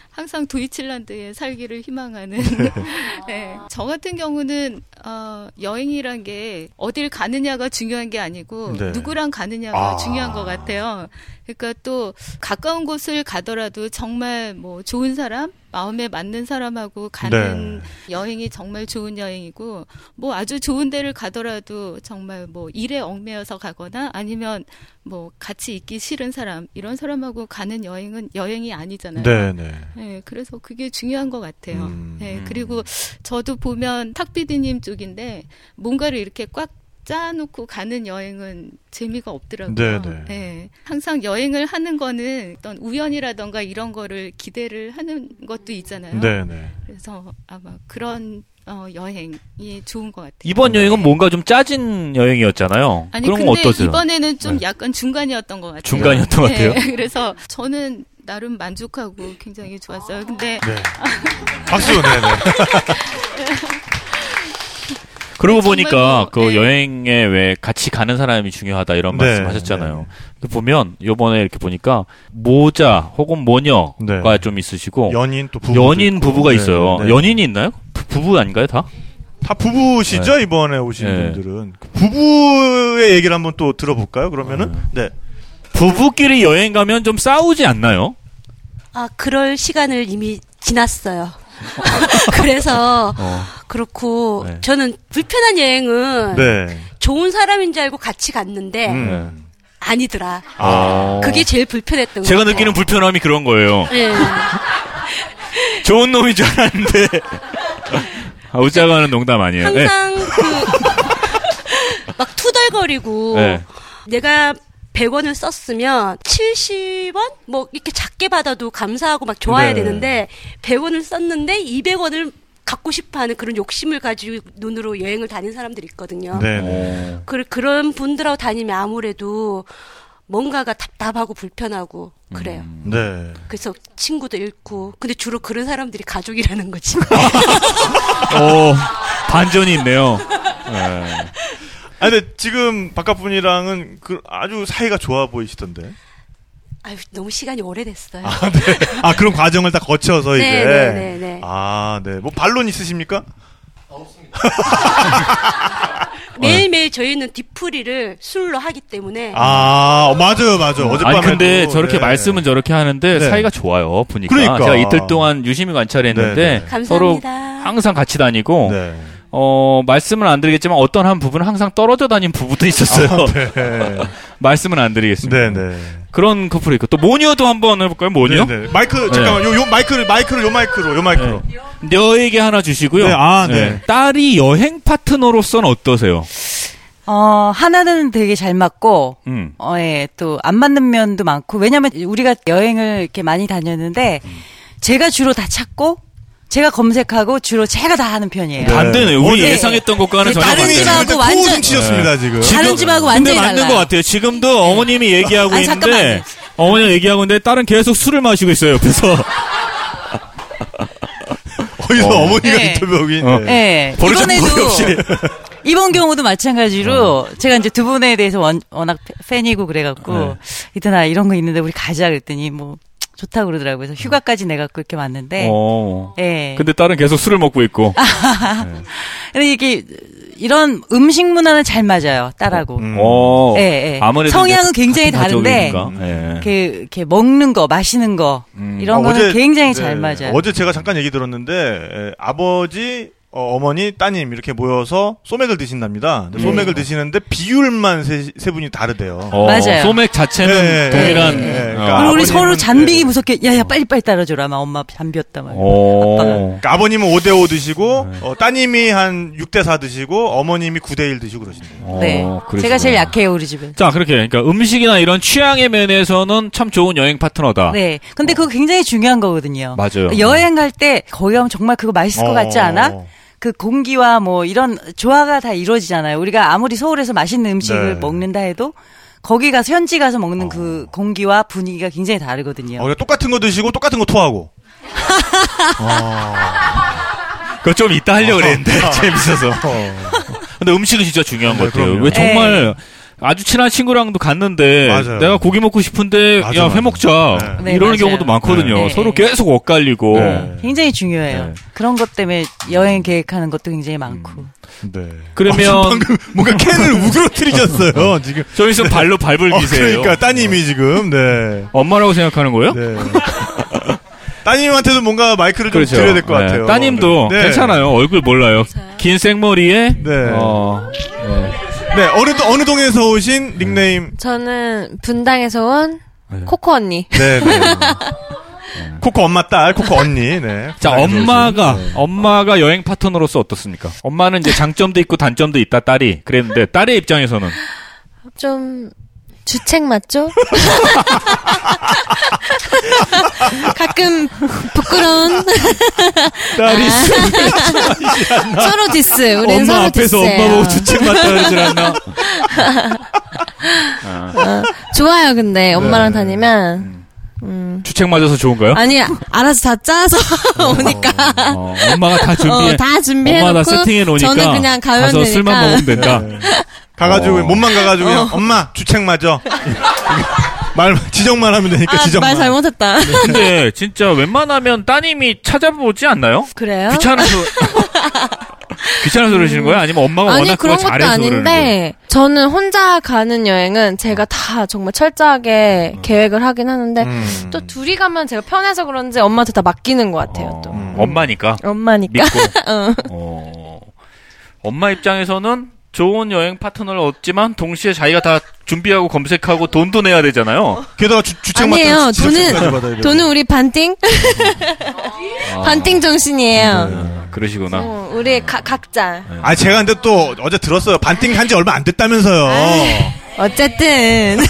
Speaker 10: 항상 도이칠란드에 살기를 희망하는. 네. 저 같은 경우는 어, 여행이란 게 어딜 가느냐가 중요한 게 아니고
Speaker 6: 네.
Speaker 10: 누구랑 가느냐가
Speaker 6: 아.
Speaker 10: 중요한 것 같아요. 그러니까 또 가까운 곳을 가더라도 정말 뭐 좋은 사람, 마음에 맞는 사람하고 가는
Speaker 6: 네.
Speaker 10: 여행이 정말 좋은 여행이고 뭐 아주 좋은 데를 가더라도 정말 뭐 일에 얽매여서 가거나 아니면 뭐 같이 있기 싫은 사람 이런 사람하고 가는 여행은 여행이 아니잖아요.
Speaker 6: 네, 네.
Speaker 10: 네, 그래서 그게 중요한 것 같아요. 네, 그리고 저도 보면 탁비디님 쪽인데 뭔가를 이렇게 꽉 짜놓고 가는 여행은 재미가 없더라고요.
Speaker 6: 네, 네.
Speaker 10: 네, 항상 여행을 하는 거는 어떤 우연이라던가 이런 거를 기대를 하는 것도 있잖아요.
Speaker 7: 네, 네.
Speaker 10: 그래서 아마 그런 어, 여행이 좋은 것 같아요.
Speaker 7: 이번
Speaker 6: 네.
Speaker 7: 여행은 뭔가 좀 짜진 여행이었잖아요.
Speaker 10: 아니
Speaker 7: 그런
Speaker 10: 근데
Speaker 7: 건 어떠세요? 네.
Speaker 10: 이번에는 좀 약간 중간이었던 것 같아요.
Speaker 7: 중간이었던 것 같아요?
Speaker 10: 네, 그래서 저는 나름 만족하고 굉장히 좋았어요. 근데
Speaker 6: 네. 박수, 네네.
Speaker 7: 그러고
Speaker 10: 정말
Speaker 1: 네,
Speaker 7: 보니까
Speaker 10: 뭐,
Speaker 7: 그 여행에 왜 같이 가는 사람이 중요하다 이런
Speaker 6: 네,
Speaker 7: 말씀하셨잖아요. 보면 요번에 이렇게 보니까 모자 혹은 모녀가
Speaker 6: 네.
Speaker 7: 좀 있으시고
Speaker 6: 연인 또 부부도
Speaker 7: 연인
Speaker 6: 있고.
Speaker 7: 부부가
Speaker 6: 네,
Speaker 7: 있어요.
Speaker 6: 네.
Speaker 7: 연인이 있나요? 부- 부부 아닌가요 다?
Speaker 6: 다 부부시죠
Speaker 7: 네.
Speaker 6: 이번에 오신
Speaker 7: 네.
Speaker 6: 분들은 부부의 얘기를 한번 또 들어볼까요? 그러면은 네.
Speaker 7: 부부끼리 여행 가면 좀 싸우지 않나요?
Speaker 1: 아, 그럴 시간을 이미 지났어요. 그래서 그렇고
Speaker 7: 어. 네.
Speaker 1: 저는 불편한 여행은
Speaker 6: 네.
Speaker 1: 좋은 사람인 줄 알고 같이 갔는데
Speaker 7: 음.
Speaker 1: 아니더라.
Speaker 7: 아.
Speaker 1: 네. 그게 제일 불편했던 거
Speaker 7: 제가 느끼는 불편함이 그런 거예요.
Speaker 1: 예.
Speaker 7: 좋은 놈인 줄 알았는데. 아, 웃자고 하는 농담 아니에요. 네.
Speaker 1: 항상 그 막 투덜거리고
Speaker 7: 네.
Speaker 1: 내가 100원을 썼으면 70원? 뭐 이렇게 작게 받아도 감사하고 막 좋아야
Speaker 12: 네.
Speaker 1: 되는데 100원을 썼는데 200원을 갖고 싶어 하는 그런 욕심을 가지고 눈으로 여행을 다닌 사람들이 있거든요.
Speaker 12: 네네.
Speaker 1: 그, 그런 분들하고 다니면 아무래도 뭔가가 답답하고 불편하고 그래요.
Speaker 6: 네.
Speaker 1: 그래서 친구도 잃고 근데 주로 그런 사람들이 가족이라는 거지.
Speaker 7: 오, 어, 반전이 있네요. 네.
Speaker 6: 예. 아 근데 지금 바깥 분이랑은 그 아주 사이가 좋아 보이시던데.
Speaker 1: 아유 너무 시간이 오래됐어요.
Speaker 6: 아, 네. 아 그런 과정을 다 거쳐서
Speaker 1: 네,
Speaker 6: 이제.
Speaker 1: 네, 네, 네.
Speaker 6: 아, 네. 뭐 반론 있으십니까?
Speaker 1: 매일매일 저희는 뒤풀이를 술로 하기 때문에
Speaker 13: 네.
Speaker 6: 아, 어, 맞아요, 맞아요. 어젯밤에.
Speaker 7: 아니, 근데 저렇게 말씀은 저렇게 하는데
Speaker 6: 네.
Speaker 7: 사이가 좋아요, 보니까.
Speaker 6: 그러니까.
Speaker 7: 제가 이틀 동안 유심히 관찰했는데
Speaker 6: 네,
Speaker 1: 네.
Speaker 7: 서로
Speaker 1: 감사합니다.
Speaker 7: 항상 같이 다니고, 어, 말씀은 안 드리겠지만 어떤 한 부분은 항상 떨어져 다닌 부부도 있었어요.
Speaker 6: 아, 네.
Speaker 7: 말씀은 안 드리겠습니다. 그런 커플이 있고, 또 모녀도 한번 해볼까요, 모녀?
Speaker 6: 네, 네. 마이크 잠깐만 요, 요 마이크를 마이크를 요 마이크로 요 마이크로.
Speaker 7: 너에게 네. 하나 주시고요.
Speaker 6: 네, 아, 네.
Speaker 7: 딸이 여행 파트너로서는 어떠세요?
Speaker 13: 어, 하나는 되게 잘 맞고,
Speaker 7: 음.
Speaker 13: 어, 예, 또 안 맞는 면도 많고, 왜냐면 우리가 여행을 이렇게 많이 다녔는데, 제가 주로 다 찾고, 제가 검색하고 주로 제가 다 하는 편이에요.
Speaker 7: 반대네요. 우리
Speaker 13: 예.
Speaker 7: 예상했던 것과는 전혀
Speaker 13: 다른
Speaker 7: 반대네요.
Speaker 13: 집하고
Speaker 7: 근데
Speaker 13: 완전-
Speaker 7: 코웃음 치셨습니다,
Speaker 13: 예.
Speaker 7: 지금.
Speaker 13: 다른
Speaker 7: 지금-
Speaker 13: 집하고
Speaker 7: 근데
Speaker 13: 완전히
Speaker 7: 맞는
Speaker 13: 달라요. 네.
Speaker 7: 것 같아요. 지금도 어머님이 얘기하고
Speaker 13: 아니,
Speaker 7: 있는데
Speaker 13: 잠깐만요.
Speaker 7: 어머니가 얘기하고 있는데 딸은 계속 술을 마시고 있어요 옆에서.
Speaker 6: 어디서 어머니가
Speaker 13: 네.
Speaker 6: 인터뷰하고 있네.
Speaker 13: 네. 이번에도 이번 경우도 마찬가지로 제가 이제 두 분에 대해서 원, 워낙 팬- 팬이고 그래갖고
Speaker 7: 네.
Speaker 13: 이태나 이런 거 있는데 우리 가자 그랬더니 뭐 좋다 고 그러더라고요. 그래서 휴가까지 내갖고 이렇게 왔는데,
Speaker 7: 어.
Speaker 13: 예.
Speaker 7: 근데 딸은 계속 술을 먹고 있고.
Speaker 13: 아. 근데 이게 이런 음식 문화는 잘 맞아요 딸하고.
Speaker 6: 음.
Speaker 7: 어.
Speaker 13: 예, 예.
Speaker 7: 아무래도
Speaker 13: 성향은
Speaker 7: 이제
Speaker 13: 굉장히
Speaker 7: 같은
Speaker 13: 다른데
Speaker 6: 음.
Speaker 7: 가족이니까. 예.
Speaker 13: 그 이렇게 먹는 거, 마시는 거 이런
Speaker 6: 네. 아,
Speaker 13: 거는
Speaker 6: 어제-
Speaker 13: 굉장히
Speaker 6: 네.
Speaker 13: 잘 맞아요.
Speaker 6: 어제 제가 잠깐 얘기 들었는데 에, 아버지 어, 머니 따님 이렇게 모여서 소맥을 드신답니다. 근데
Speaker 7: 네.
Speaker 6: 소맥을 드시는데 비율만 세, 세 분이 다르대요.
Speaker 7: 어, 맞아요. 소맥
Speaker 6: 네,
Speaker 7: 자체는 동일한- 어.
Speaker 6: 그러니까
Speaker 13: 그리고 우리
Speaker 6: 아버님은- 어.
Speaker 13: 서로 잔비기 무섭게 야야 빨리빨리 따라줘라 막 엄마 잔비였다 말.
Speaker 7: 어.
Speaker 6: 그러니까 아버님은 5대5 드시고
Speaker 7: 네.
Speaker 6: 어, 따님이 한 6대4 드시고 어머님이 9대1 드시고 어, 그러신대요.
Speaker 7: 어.
Speaker 13: 네. 제가 제일 약해요 우리 집에.
Speaker 7: 자 그렇게 그러니까 음식이나 이런 취향의 면에서는 참 좋은 여행
Speaker 6: 아.
Speaker 7: 파트너다.
Speaker 13: 네. 근데 그거 굉장히 중요한 거거든요.
Speaker 7: 맞아요.
Speaker 13: 여행 갈 때 거기 가면 정말 그거 맛있을 것
Speaker 7: 어.
Speaker 13: 같지 않아? 그 공기와 뭐 이런 조화가 다 이루어지잖아요. 우리가 아무리 서울에서 맛있는 음식을
Speaker 6: 네.
Speaker 13: 먹는다 해도 거기 가서 현지 가서 먹는 그 공기와 분위기가 굉장히 다르거든요.
Speaker 6: 어, 그러니까 똑같은 거 드시고 똑같은 거 토하고.
Speaker 7: 어. 그거 좀 이따
Speaker 6: 어,
Speaker 7: 하려고 그랬는데 재밌어서. 근데 음식은 진짜
Speaker 6: 네,
Speaker 7: 중요한 것 같아요. 왜
Speaker 13: 네.
Speaker 7: 정말 아주 친한 친구랑도 갔는데
Speaker 6: 맞아요.
Speaker 7: 내가 고기 먹고 싶은데
Speaker 6: 맞아,
Speaker 7: 야
Speaker 6: 맞아.
Speaker 7: 회 먹자
Speaker 13: 네.
Speaker 7: 이러는
Speaker 13: 네,
Speaker 7: 경우도
Speaker 13: 맞아요.
Speaker 7: 많거든요.
Speaker 13: 네, 네.
Speaker 7: 서로 계속 엇갈리고
Speaker 6: 네.
Speaker 13: 굉장히 중요해요. 그런 것 때문에 여행 계획하는 것도 굉장히 많고.
Speaker 6: 네.
Speaker 7: 그러면
Speaker 6: 방금 뭔가 캔을 우그러뜨리셨어요. 지금
Speaker 7: 좀 있으면 발로 밟을
Speaker 6: 어,
Speaker 7: 기세예요.
Speaker 6: 그러니까 따님이 지금 네.
Speaker 7: 그렇죠. 엄마라고 생각하는 거예요?
Speaker 6: 따님한테도 뭔가 마이크를 좀
Speaker 7: 그렇죠.
Speaker 6: 드려야 될 것
Speaker 7: 네.
Speaker 6: 같아요.
Speaker 7: 따님도
Speaker 6: 네.
Speaker 7: 괜찮아요. 얼굴 몰라요.
Speaker 13: 네.
Speaker 7: 긴 생머리에 어,
Speaker 6: 네, 어느, 어느 동에서 오신 닉네임.
Speaker 12: 저는 분당에서 온 코코 언니.
Speaker 6: 네, 네. 코코 엄마 딸, 코코 언니. 네.
Speaker 7: 자, 엄마가, 엄마가 여행 파트너로서 어떻습니까? 엄마는 이제 장점도 있고 단점도 있다, 딸이. 그랬는데, 딸의 입장에서는.
Speaker 12: 좀 주책 맞죠? 가끔 부끄러운 아.
Speaker 7: 딸이
Speaker 12: 서로 디스. 우리는
Speaker 7: 엄마
Speaker 12: 서로
Speaker 7: 앞에서
Speaker 12: 디스예요.
Speaker 7: 엄마 보고 주책 맞다 그러질 않나?
Speaker 12: 어, 좋아요,
Speaker 7: 네.
Speaker 12: 근데 엄마랑 다니면 음.
Speaker 7: 주책 맞아서 좋은가요?
Speaker 12: 아니 알아서 다 짜서 오니까
Speaker 7: 어, 엄마가 다 준비해.
Speaker 12: 어, 다 준비해놓고
Speaker 7: 엄마 다 세팅해 놓으니까.
Speaker 12: 저는 그냥 가면
Speaker 7: 가서
Speaker 12: 되니까. 네. 아,
Speaker 7: 술만 먹으면 된다.
Speaker 6: 가가지고,
Speaker 7: 어.
Speaker 6: 몸만 가가지고, 그냥 엄마, 주책 맞아. 말, 지적만 하면 네. 되니까,
Speaker 12: 아,
Speaker 6: 지적만.
Speaker 12: 말 잘못했다.
Speaker 7: 네, 근데 진짜 웬만하면 따님이 찾아보지 않나요?
Speaker 12: 그래요?
Speaker 7: 귀찮아서 귀찮아서 그러시는 거예요? 아니면 엄마가
Speaker 12: 아니
Speaker 7: 워낙 그걸
Speaker 12: 그런 것도
Speaker 7: 잘해서 그러는 거예요?
Speaker 12: 아닌데 저는 혼자 가는 여행은 제가 다 정말 철저하게
Speaker 7: 음.
Speaker 12: 계획을 하긴 하는데 또 둘이 가면 제가 편해서 그런지 엄마한테 다 맡기는 것 같아요. 또
Speaker 7: 음, 엄마니까.
Speaker 12: 엄마니까.
Speaker 7: 믿고.
Speaker 12: 응.
Speaker 7: 어. 엄마 입장에서는 좋은 여행 파트너를 얻지만 동시에 자기가 다 준비하고 검색하고 돈도 내야 되잖아요.
Speaker 6: 게다가 주, 주책
Speaker 12: 아니에요. 돈은 돈은 우리 반띵
Speaker 7: 아.
Speaker 12: 반띵 정신이에요.
Speaker 7: 네. 그러시구나. 네.
Speaker 12: 어, 우리 가- 각자
Speaker 6: 아, 제가 근데 또 어제 들었어요. 반띵 한지 얼마 안 됐다면서요.
Speaker 12: 아.
Speaker 7: 네.
Speaker 12: 어쨌든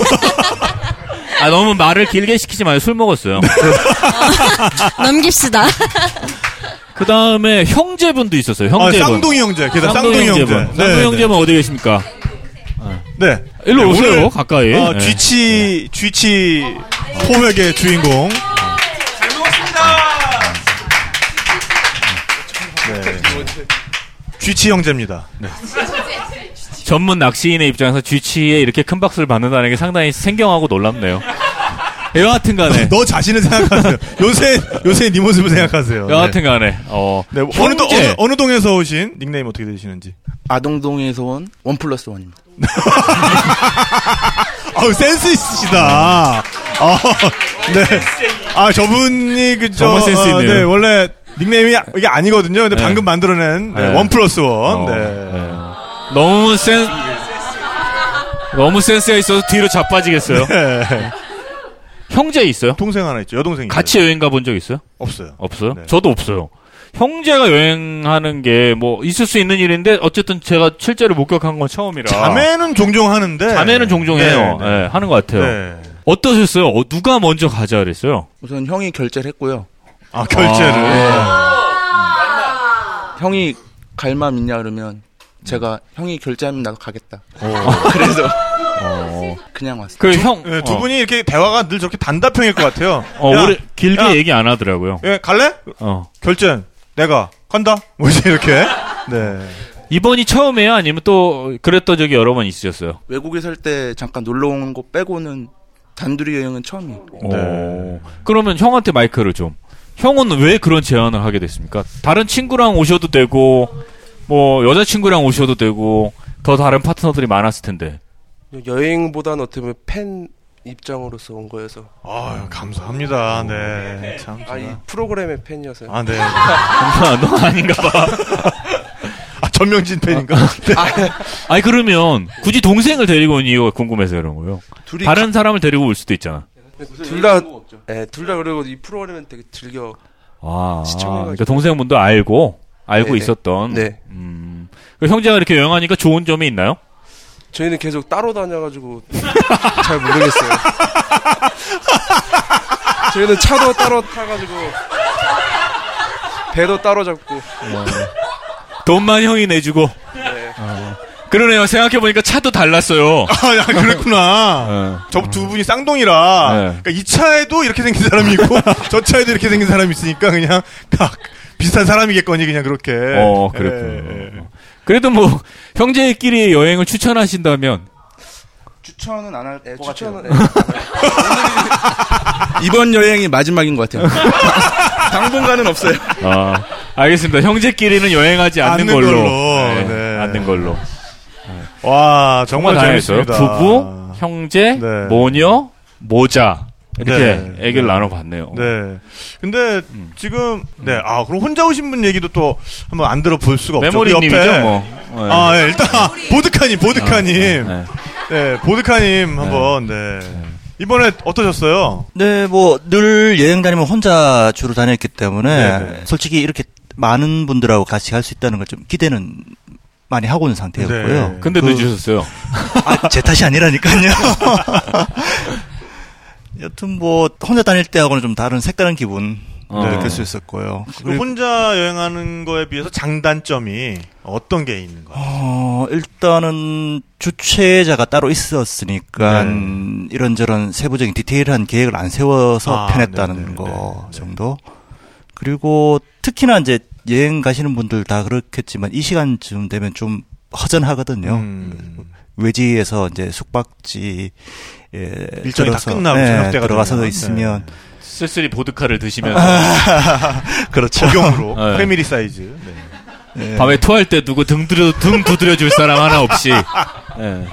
Speaker 7: 아 너무 말을 길게 시키지 마요. 술 먹었어요.
Speaker 6: 네.
Speaker 12: 넘깁시다.
Speaker 7: 그 다음에 형제분도 있었어요. 형제분.
Speaker 6: 아, 쌍둥이 형제. 게다가 쌍둥이 형제.
Speaker 7: 분
Speaker 6: 네,
Speaker 7: 쌍둥이
Speaker 6: 네.
Speaker 7: 형제분 어디 계십니까?
Speaker 6: 네.
Speaker 7: 일로
Speaker 6: 네,
Speaker 7: 오세요,
Speaker 6: 오늘,
Speaker 7: 가까이.
Speaker 6: 어,
Speaker 7: 네.
Speaker 6: 쥐치, 쥐치 포맥의 주인공. 쥐치 형제입니다.
Speaker 7: 네. 전문 낚시인의 입장에서 쥐치에 이렇게 큰 박수를 받는다는 게 상당히 생경하고 놀랍네요. 여하튼 간에.
Speaker 6: 너 자신을 생각하세요. 요새, 요새 네 모습을 생각하세요.
Speaker 7: 여하튼 간에. 어.
Speaker 6: 네, 어느,
Speaker 7: 형제.
Speaker 6: 동- 어느, 어느 동에서 오신 닉네임 어떻게 되시는지.
Speaker 14: 아동동에서 온 원 플러스 원입니다.
Speaker 6: 아우, 센스 있으시다. 아, 네. 아, 저분이 그, 저,
Speaker 7: 정말 센스
Speaker 6: 아,
Speaker 7: 있네요.
Speaker 6: 네, 원래 닉네임이 이게 아니거든요. 근데
Speaker 7: 네.
Speaker 6: 방금 만들어낸 네,
Speaker 7: 네.
Speaker 6: 원 플러스 원.
Speaker 7: 어,
Speaker 6: 네.
Speaker 7: 너무 센, 너무 센스가 있어서 뒤로 자빠지겠어요. 형제 있어요?
Speaker 6: 네. 동생 하나 있죠. 여동생이.
Speaker 7: 같이 여행 가본 적 있어요?
Speaker 6: 없어요.
Speaker 7: 없어요?
Speaker 6: 네.
Speaker 7: 저도 없어요. 형제가 여행하는 게 뭐 있을 수 있는 일인데 어쨌든 제가 실제로 목격한 건 처음이라.
Speaker 6: 자매는 종종 하는데.
Speaker 7: 자매는 종종 해요.
Speaker 6: 네, 네.
Speaker 7: 예, 하는 것 같아요.
Speaker 6: 네.
Speaker 7: 어떠셨어요? 어, 누가 먼저 가자 그랬어요?
Speaker 14: 우선 형이 결제를 했고요.
Speaker 6: 아, 결제를. 아.
Speaker 14: 네. 형이 갈맘 있냐 그러면 제가 형이 결제하면 나도 가겠다. 그래서 그냥 왔어요.
Speaker 7: 그
Speaker 6: 두-
Speaker 7: 형-
Speaker 6: 예, 두
Speaker 7: 어.
Speaker 6: 분이 이렇게 대화가 늘 저렇게 단답형일 것 같아요.
Speaker 7: 어,
Speaker 6: 야,
Speaker 7: 오래 길게
Speaker 6: 야,
Speaker 7: 얘기 안 하더라고요.
Speaker 6: 예, 갈래?
Speaker 7: 어.
Speaker 6: 결제 내가 간다. 뭐지 이렇게. 네.
Speaker 7: 이번이 처음이에요? 아니면 또 그랬던 적이 여러 번 있으셨어요?
Speaker 14: 외국에 살 때 잠깐 놀러 온 거 빼고는 단둘이 여행은 처음이에요.
Speaker 6: 네.
Speaker 7: 오. 그러면 형한테 마이크를 좀. 형은 왜 그런 제안을 하게 됐습니까? 다른 친구랑 오셔도 되고, 뭐, 여자친구랑 오셔도 되고, 더 다른 파트너들이 많았을 텐데.
Speaker 15: 여행보다는 어떻게 보면 팬 입장으로서 온 거여서.
Speaker 6: 아 감사합니다. 네. 참.
Speaker 15: 아, 이 프로그램의 팬이어서요.
Speaker 6: 아, 네.
Speaker 7: 너 아닌가 봐. 네.
Speaker 6: 아, 전명진 팬인가?
Speaker 15: 네.
Speaker 7: 아니, 그러면, 굳이 동생을 데리고 온 이유가 궁금해서 그런 거예요.
Speaker 15: 둘이
Speaker 7: 다른
Speaker 15: 가-
Speaker 7: 사람을 데리고 올 수도 있잖아.
Speaker 15: 둘다 예, 둘다 그리고 이 프로그램은 되게 즐겨.
Speaker 7: 아,
Speaker 15: 시청해가지고.
Speaker 7: 그러니까 동생분도 알고, 알고
Speaker 15: 네네.
Speaker 7: 있었던.
Speaker 15: 네.
Speaker 7: 음. 그 형제가 이렇게 여행하니까 좋은 점이 있나요?
Speaker 15: 저희는 계속 따로 다녀가지고 잘 모르겠어요. 저희는 차도 따로 타가지고 배도 따로 잡고.
Speaker 7: 어. 돈만 형이 내주고.
Speaker 15: 네.
Speaker 7: 어. 그러네요. 생각해보니까 차도 달랐어요. 어.
Speaker 6: 아, 야, 그랬구나. 저 두 분이 쌍둥이라.
Speaker 7: 네.
Speaker 6: 그러니까 이 차에도 이렇게 생긴 사람이 있고, 저 차에도 이렇게 생긴 사람이 있으니까, 그냥, 각, 비슷한 사람이겠거니, 그냥 그렇게.
Speaker 7: 어, 그랬군요.
Speaker 6: 예,
Speaker 7: 그래도 뭐, 형제끼리 여행을 추천하신다면,
Speaker 14: 추천은 안 할 것 같아요.
Speaker 15: 예, 추천은-
Speaker 14: 이번 여행이 마지막인 것 같아요. 당분간은 없어요.
Speaker 7: 아, 알겠습니다. 형제끼리는 여행하지 않는,
Speaker 6: 않는
Speaker 7: 걸로.
Speaker 6: 걸로.
Speaker 7: 네,
Speaker 6: 네.
Speaker 7: 않는 걸로.
Speaker 6: 와, 정말
Speaker 7: 다양했어요. 뭐.
Speaker 6: 재밌습니다.
Speaker 7: 부부, 형제, 모녀, 모자. 이렇게
Speaker 6: 네.
Speaker 7: 얘기를 나눠봤네요.
Speaker 6: 네. 근데 지금 네. 아, 그럼 혼자 오신 분 얘기도 또 한번 안 들어볼 수가 없죠. 우리
Speaker 7: 메모리님이죠,
Speaker 6: 옆에.
Speaker 7: 뭐. 네.
Speaker 6: 아, 예, 일단 보드카님, 보드카님.
Speaker 7: 네,
Speaker 6: 네.
Speaker 7: 네.
Speaker 6: 보드카님 한번 네. 이번에 어떠셨어요?
Speaker 16: 네, 뭐 늘 여행 다니면 혼자 주로 다녔기 때문에
Speaker 6: 네,
Speaker 16: 솔직히 이렇게 많은 분들하고 같이 갈 수 있다는 걸 좀 기대는 많이 하고 있는 상태였고요. 그
Speaker 7: 네.
Speaker 14: 그
Speaker 7: 근데 늦으셨어요.
Speaker 16: 아, 제 탓이 아니라니까요. 여튼 뭐 혼자 다닐 때하고는 좀 다른 색다른 기분
Speaker 6: 어.
Speaker 16: 느낄 수 있었고요.
Speaker 6: 그 혼자 여행하는 거에 비해서 장단점이 어떤 게 있는 거예요?
Speaker 16: 어, 일단은 주최자가 따로 있었으니까 이런저런 세부적인 디테일한 계획을 안 세워서
Speaker 6: 네. 아,
Speaker 16: 편했다는
Speaker 6: 네,
Speaker 16: 거 정도. 그리고 특히나 이제 여행 가시는 분들 다 그렇겠지만 이 시간쯤 되면 좀 허전하거든요.
Speaker 6: 음.
Speaker 16: 외지에서 이제 숙박지 에
Speaker 6: 일정이 다 끝나고 저녁 때가
Speaker 16: 들어가서
Speaker 6: 되면. 네.
Speaker 16: 있으면
Speaker 7: 쓸쓸히 보드카를 드시면서
Speaker 16: 그렇죠.
Speaker 6: 적용으로
Speaker 7: 네.
Speaker 6: 패밀리 사이즈. 네.
Speaker 16: 네.
Speaker 7: 밤에 토할 때 누구 등 두드려 등 두드려 줄 사람 하나 없이.
Speaker 6: 예.
Speaker 7: 네.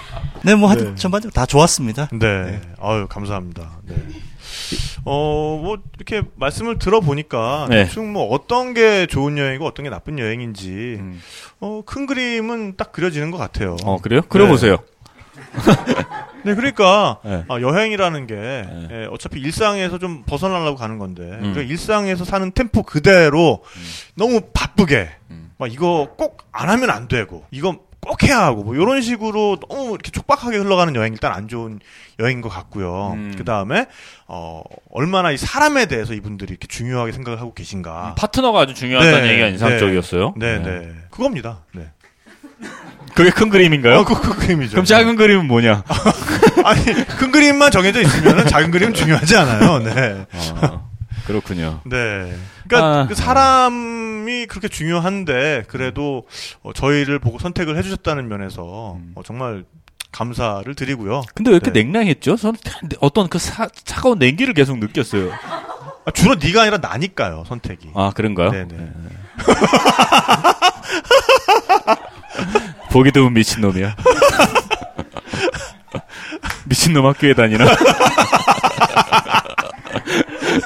Speaker 16: 네, 뭐 하여튼 전반적으로 다 좋았습니다.
Speaker 6: 네. 아유, 감사합니다. 네. 어, 뭐, 이렇게 말씀을 들어보니까,
Speaker 7: 네.
Speaker 6: 대충 뭐, 어떤 게 좋은 여행이고, 어떤 게 나쁜 여행인지, 어, 큰 그림은 딱 그려지는 것 같아요.
Speaker 7: 어 그래요? 그려보세요.
Speaker 6: 네, 그러니까,
Speaker 7: 네.
Speaker 6: 아, 여행이라는 게, 예, 어차피 일상에서 좀 벗어나려고 가는 건데,
Speaker 7: 음.
Speaker 6: 그러니까 일상에서 사는 템포 그대로, 너무 바쁘게,
Speaker 7: 음.
Speaker 6: 막 이거 꼭 안 하면 안 되고, 이거 꼭 해야 하고, 뭐, 이런 식으로 너무 이렇게 촉박하게 흘러가는 여행, 일단 안 좋은 여행인 것 같고요. 그 다음에, 어, 얼마나 이 사람에 대해서 이분들이 이렇게 중요하게 생각을 하고 계신가.
Speaker 7: 파트너가 아주 중요하다는 얘기가 인상적이었어요.
Speaker 6: 네,
Speaker 7: 네.
Speaker 6: 네. 그겁니다. 네.
Speaker 7: 그게 큰 그림인가요?
Speaker 6: 어, 그, 큰 그림이죠.
Speaker 7: 그럼 작은 그림은 뭐냐?
Speaker 6: 아니, 큰 그림만 정해져 있으면 작은 그림 중요하지 않아요. 네.
Speaker 7: 아, 그렇군요.
Speaker 6: 네. 그러니까
Speaker 7: 아.
Speaker 6: 그 사람이 그렇게 중요한데 그래도 어, 저희를 보고 선택을 해주셨다는 면에서 어, 정말 감사를 드리고요. 네.
Speaker 7: 근데 왜 이렇게 냉랭했죠? 저는 어떤 그 사, 차가운 냉기를 계속 느꼈어요.
Speaker 6: 아, 주로 네가 아니라 나니까요 선택이.
Speaker 7: 아 그런가요?
Speaker 6: 네네.
Speaker 7: 보기 드문 미친놈이야. 미친놈 학교에 다니나?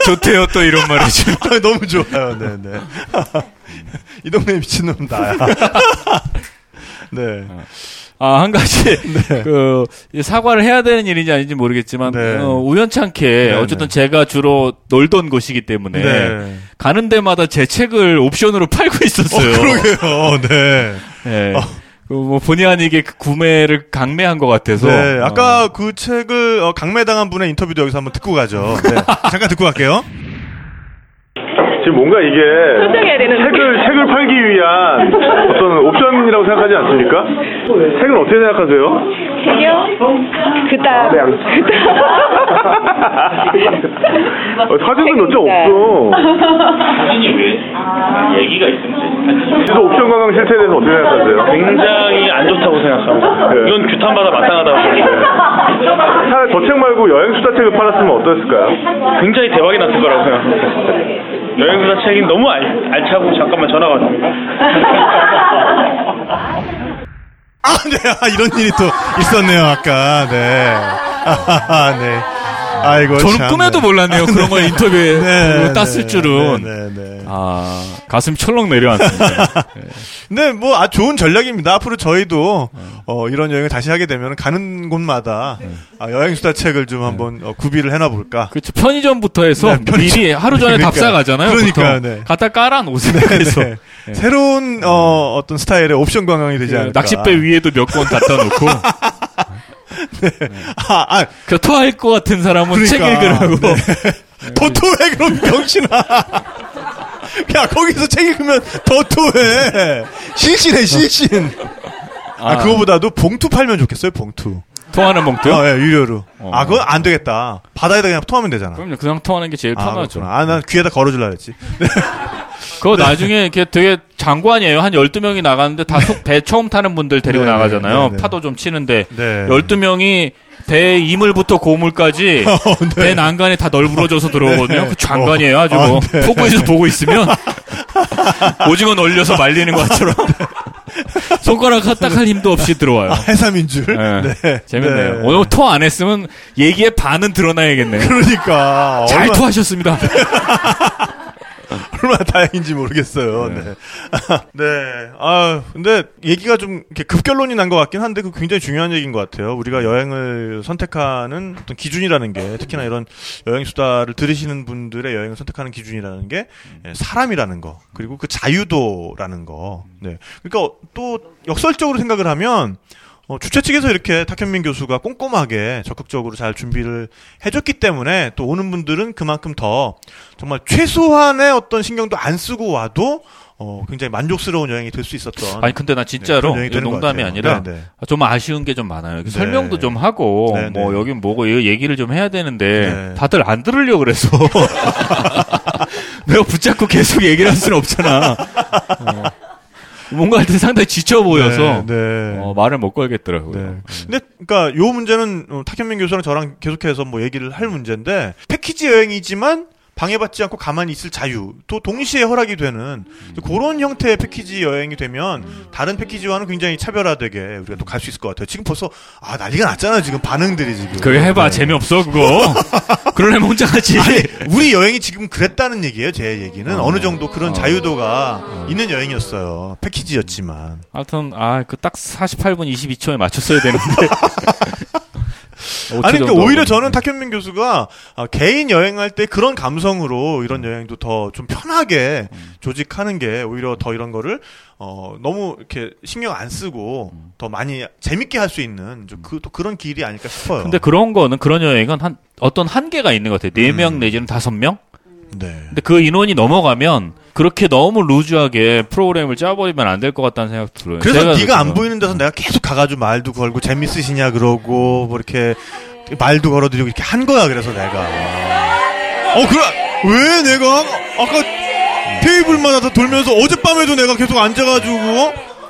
Speaker 7: 좋대요 또 이런 말이죠.
Speaker 6: 아, 너무 좋아요. 네네. 이 동네 미친놈 나야. 네.
Speaker 7: 아, 한 가지, 그, 이 사과를 해야 되는 일인지 아닌지 모르겠지만,
Speaker 6: 네.
Speaker 7: 어, 우연찮게, 어쨌든 제가 주로 놀던 곳이기 때문에,
Speaker 6: 네.
Speaker 7: 가는 데마다 제 책을 옵션으로 팔고 있었어요.
Speaker 6: 그러게요, 네.
Speaker 7: 네. 그 뭐, 본의 아니게 그 구매를 강매한 것 같아서. 어.
Speaker 6: 네, 아까 그 책을 어, 강매당한 분의 인터뷰도 여기서 한번 듣고 가죠. 네. 잠깐 듣고 갈게요.
Speaker 8: 지금 뭔가 이게
Speaker 17: 선정해야 되는데.
Speaker 8: 책을 책을 팔기 위한 어떤 옵션이라고 생각하지 않습니까? 책은 어떻게 생각하세요?
Speaker 17: 책이요? 그다.
Speaker 8: 네, 알겠습니다. 어, 사진은 어쩜 없어.
Speaker 9: 사진이 왜? 얘기가 있으면
Speaker 8: 그래서 옵션 관광 실태에 대해서 어떻게 생각하세요? 네.
Speaker 9: 굉장히 안 좋다고 생각합니다. 이건 규탄받아 마땅하다고 생각해요.
Speaker 8: 차라리 저책 말고 여행 수다 책을 팔았으면 어땠을까요?
Speaker 9: 굉장히 대박이 났을 거라고 생각합니다. 여행사 책이 너무 알, 알차고 잠깐만 전화가 왔습니다.
Speaker 6: 아, 네. 아, 이런 일이 또 있었네요, 아까. 네. 아, 네. 아이고.
Speaker 7: 저는
Speaker 6: 참,
Speaker 7: 꿈에도
Speaker 6: 네.
Speaker 7: 몰랐네요.
Speaker 6: 아, 네.
Speaker 7: 그런 걸 인터뷰에
Speaker 6: 네,
Speaker 7: 땄을
Speaker 6: 네,
Speaker 7: 줄은.
Speaker 6: 네, 네, 네.
Speaker 7: 아, 가슴이 철렁 내려앉습니다.
Speaker 6: 네, 뭐, 아, 좋은 전략입니다. 앞으로 저희도, 어, 이런 여행을 다시 하게 되면 가는 곳마다, 아, 여행수다 책을 좀 한번 어, 구비를 해놔 볼까. 네,
Speaker 7: 그렇죠. 편의점부터 해서 미리 하루 전에 답사 가잖아요.
Speaker 6: 그러니까,
Speaker 7: 보통.
Speaker 6: 네.
Speaker 7: 갖다 깔아 놓으세요. 그래서.
Speaker 6: 네. 새로운, 어, 어떤 스타일의 옵션 관광이 되지 않을까.
Speaker 7: 그 낚싯배 위에도 몇 권 갖다 놓고.
Speaker 6: 아, 그러니까. 네. 아.
Speaker 7: 그 토할 것 같은 사람은 책 읽으라고.
Speaker 6: 더 토해 그럼 병신아. 야 거기서 책 읽으면 더 토해. 실신해 실신. 아,
Speaker 7: 아.
Speaker 6: 그거보다도 봉투 팔면 좋겠어요 봉투.
Speaker 7: 토하는 봉투요? 어.
Speaker 6: 아, 예, 유료로. 아 그건 안 되겠다. 바다에다 그냥 토하면 되잖아.
Speaker 7: 그럼요. 그냥 토하는 게 제일
Speaker 6: 아,
Speaker 7: 편하죠.
Speaker 6: 그렇구나. 네. 아, 난 귀에다 걸어줄라 했지.
Speaker 7: 그거 나중에 이렇게 되게 장관이에요. 한 12명이 나가는데 다 배 처음 타는 분들 데리고
Speaker 6: 네,
Speaker 7: 나가잖아요.
Speaker 6: 네, 네, 네.
Speaker 7: 파도 좀 치는데
Speaker 6: 네.
Speaker 7: 12명이 배 이물부터 고물까지
Speaker 6: 어, 네.
Speaker 7: 배 난간이 다 널브러져서 들어오거든요.
Speaker 6: 네.
Speaker 7: 그 장관이에요. 아주
Speaker 6: 어,
Speaker 7: 뭐
Speaker 6: 네.
Speaker 7: 포구에서 보고 있으면 오징어 널려서 말리는 것처럼 손가락 하딱할 힘도 없이 들어와요.
Speaker 6: 해삼인 줄.
Speaker 7: 네.
Speaker 6: 네. 네.
Speaker 7: 재밌네요. 오늘 토 안 했으면 얘기의 반은 드러나야겠네요.
Speaker 6: 그러니까.
Speaker 7: 잘
Speaker 6: 얼마-
Speaker 7: 토하셨습니다.
Speaker 6: 얼마나 다행인지 모르겠어요. 네. 네. 아, 근데 얘기가 좀 이렇게 급결론이 난 것 같긴 한데 그 굉장히 중요한 얘기인 것 같아요. 우리가 여행을 선택하는 어떤 기준이라는 게 특히나 이런 여행 수다를 들으시는 분들의 여행을 선택하는 기준이라는 게 예, 사람이라는 거 그리고 그 자유도라는 거. 네. 그러니까 어, 또 역설적으로 생각을 하면 어, 주최 측에서 이렇게 탁현민 교수가 꼼꼼하게 적극적으로 잘 준비를 해줬기 때문에 또 오는 분들은 그만큼 더 정말 최소한의 어떤 신경도 안 쓰고 와도 어, 굉장히 만족스러운 여행이 될 수 있었던.
Speaker 7: 아니 근데 나
Speaker 6: 네,
Speaker 7: 진짜로
Speaker 6: 그런 여행이
Speaker 7: 이거
Speaker 6: 되는 것
Speaker 7: 농담이
Speaker 6: 같아요.
Speaker 7: 아니라
Speaker 6: 네, 네.
Speaker 7: 좀 아쉬운 게 좀 많아요. 이렇게
Speaker 6: 네.
Speaker 7: 설명도 좀 하고
Speaker 6: 네,
Speaker 7: 뭐 여기 뭐고 이거 얘기를 좀 해야 되는데
Speaker 6: 네.
Speaker 7: 다들 안 들으려 그래서 내가 붙잡고 계속 얘기를 할 수는 없잖아. 어. 뭔가 할 때 상당히 지쳐 보여서
Speaker 6: 네,
Speaker 7: 어, 말을 못 걸겠더라고요.
Speaker 6: 근데 그러니까 요 문제는 어, 탁현민 교수랑 저랑 계속해서 뭐 얘기를 할 문제인데 패키지 여행이지만 방해받지 않고 가만히 있을 자유 또 동시에 허락이 되는 그런 형태의 패키지 여행이 되면 다른 패키지와는 굉장히 차별화되게 우리가 또 갈 수 있을 것 같아요. 지금 벌써 아 난리가 났잖아요. 지금 반응들이 지금.
Speaker 7: 그거 해봐 재미없어 그거. 그러려면 혼자 가지.
Speaker 6: 네. 아니, 우리 여행이 지금 그랬다는 얘기예요. 제 얘기는
Speaker 7: 어.
Speaker 6: 어. 느 정도 그런
Speaker 7: 어.
Speaker 6: 자유도가 있는 여행이었어요. 패키지였지만.
Speaker 7: 하여튼 아그 딱 48분 22초에 맞췄어야 되는데. 오초
Speaker 6: 아니 그러니까
Speaker 7: 정도
Speaker 6: 오히려
Speaker 7: 하고.
Speaker 6: 저는 탁현민 교수가 아, 개인 여행할 때 그런 감성으로 이런 여행도 더 좀 편하게
Speaker 7: 음.
Speaker 6: 조직하는 게 오히려 더 이런 거를 어, 너무 이렇게 신경 안 쓰고
Speaker 7: 음.
Speaker 6: 더 많이 재밌게 할 수 있는 좀 그, 또 그런 길이 아닐까 싶어요.
Speaker 7: 근데 그런 거는 그런 여행은 한 어떤 한계가 있는 것 같아요. 네 명
Speaker 6: 음.
Speaker 7: 내지는 다섯 명.
Speaker 6: 네.
Speaker 7: 근데 그 인원이 넘어가면 그렇게 너무 루즈하게 프로그램을 짜버리면 안 될 것 같다는 생각 들어요.
Speaker 6: 그래서
Speaker 7: 제가
Speaker 6: 네가 안
Speaker 7: 그래서.
Speaker 6: 보이는 데서 내가 계속 가가지고 말도 걸고 재밌으시냐 그러고 뭐 이렇게 말도 걸어드리고 이렇게 한 거야 그래서 내가 어 그래 왜 내가 아까 테이블마다 다 돌면서 어젯밤에도 내가 계속 앉아가지고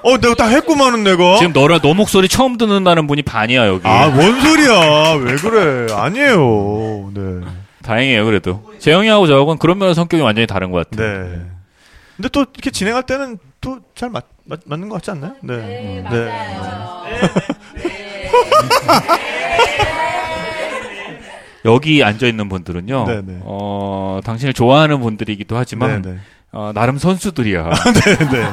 Speaker 6: 어 내가 다 했구만은 내가
Speaker 7: 지금 너라 너 목소리 처음 듣는다는 분이 반이야 여기.
Speaker 6: 아 뭔 소리야 왜 그래 아니에요 네
Speaker 7: 다행이에요 그래도 재영이하고 저하고는 그런 면에서 성격이 완전히 다른 것 같아요.
Speaker 6: 네. 근데 또 이렇게 진행할 때는 또 잘 맞, 맞, 맞는 것 같지 않나요? 네. 네.
Speaker 7: 여기 앉아 있는 분들은요.
Speaker 6: 네, 네.
Speaker 7: 어 당신을 좋아하는 분들이기도 하지만
Speaker 6: 네, 네.
Speaker 7: 어, 나름 선수들이야.
Speaker 6: 네, 네, 네.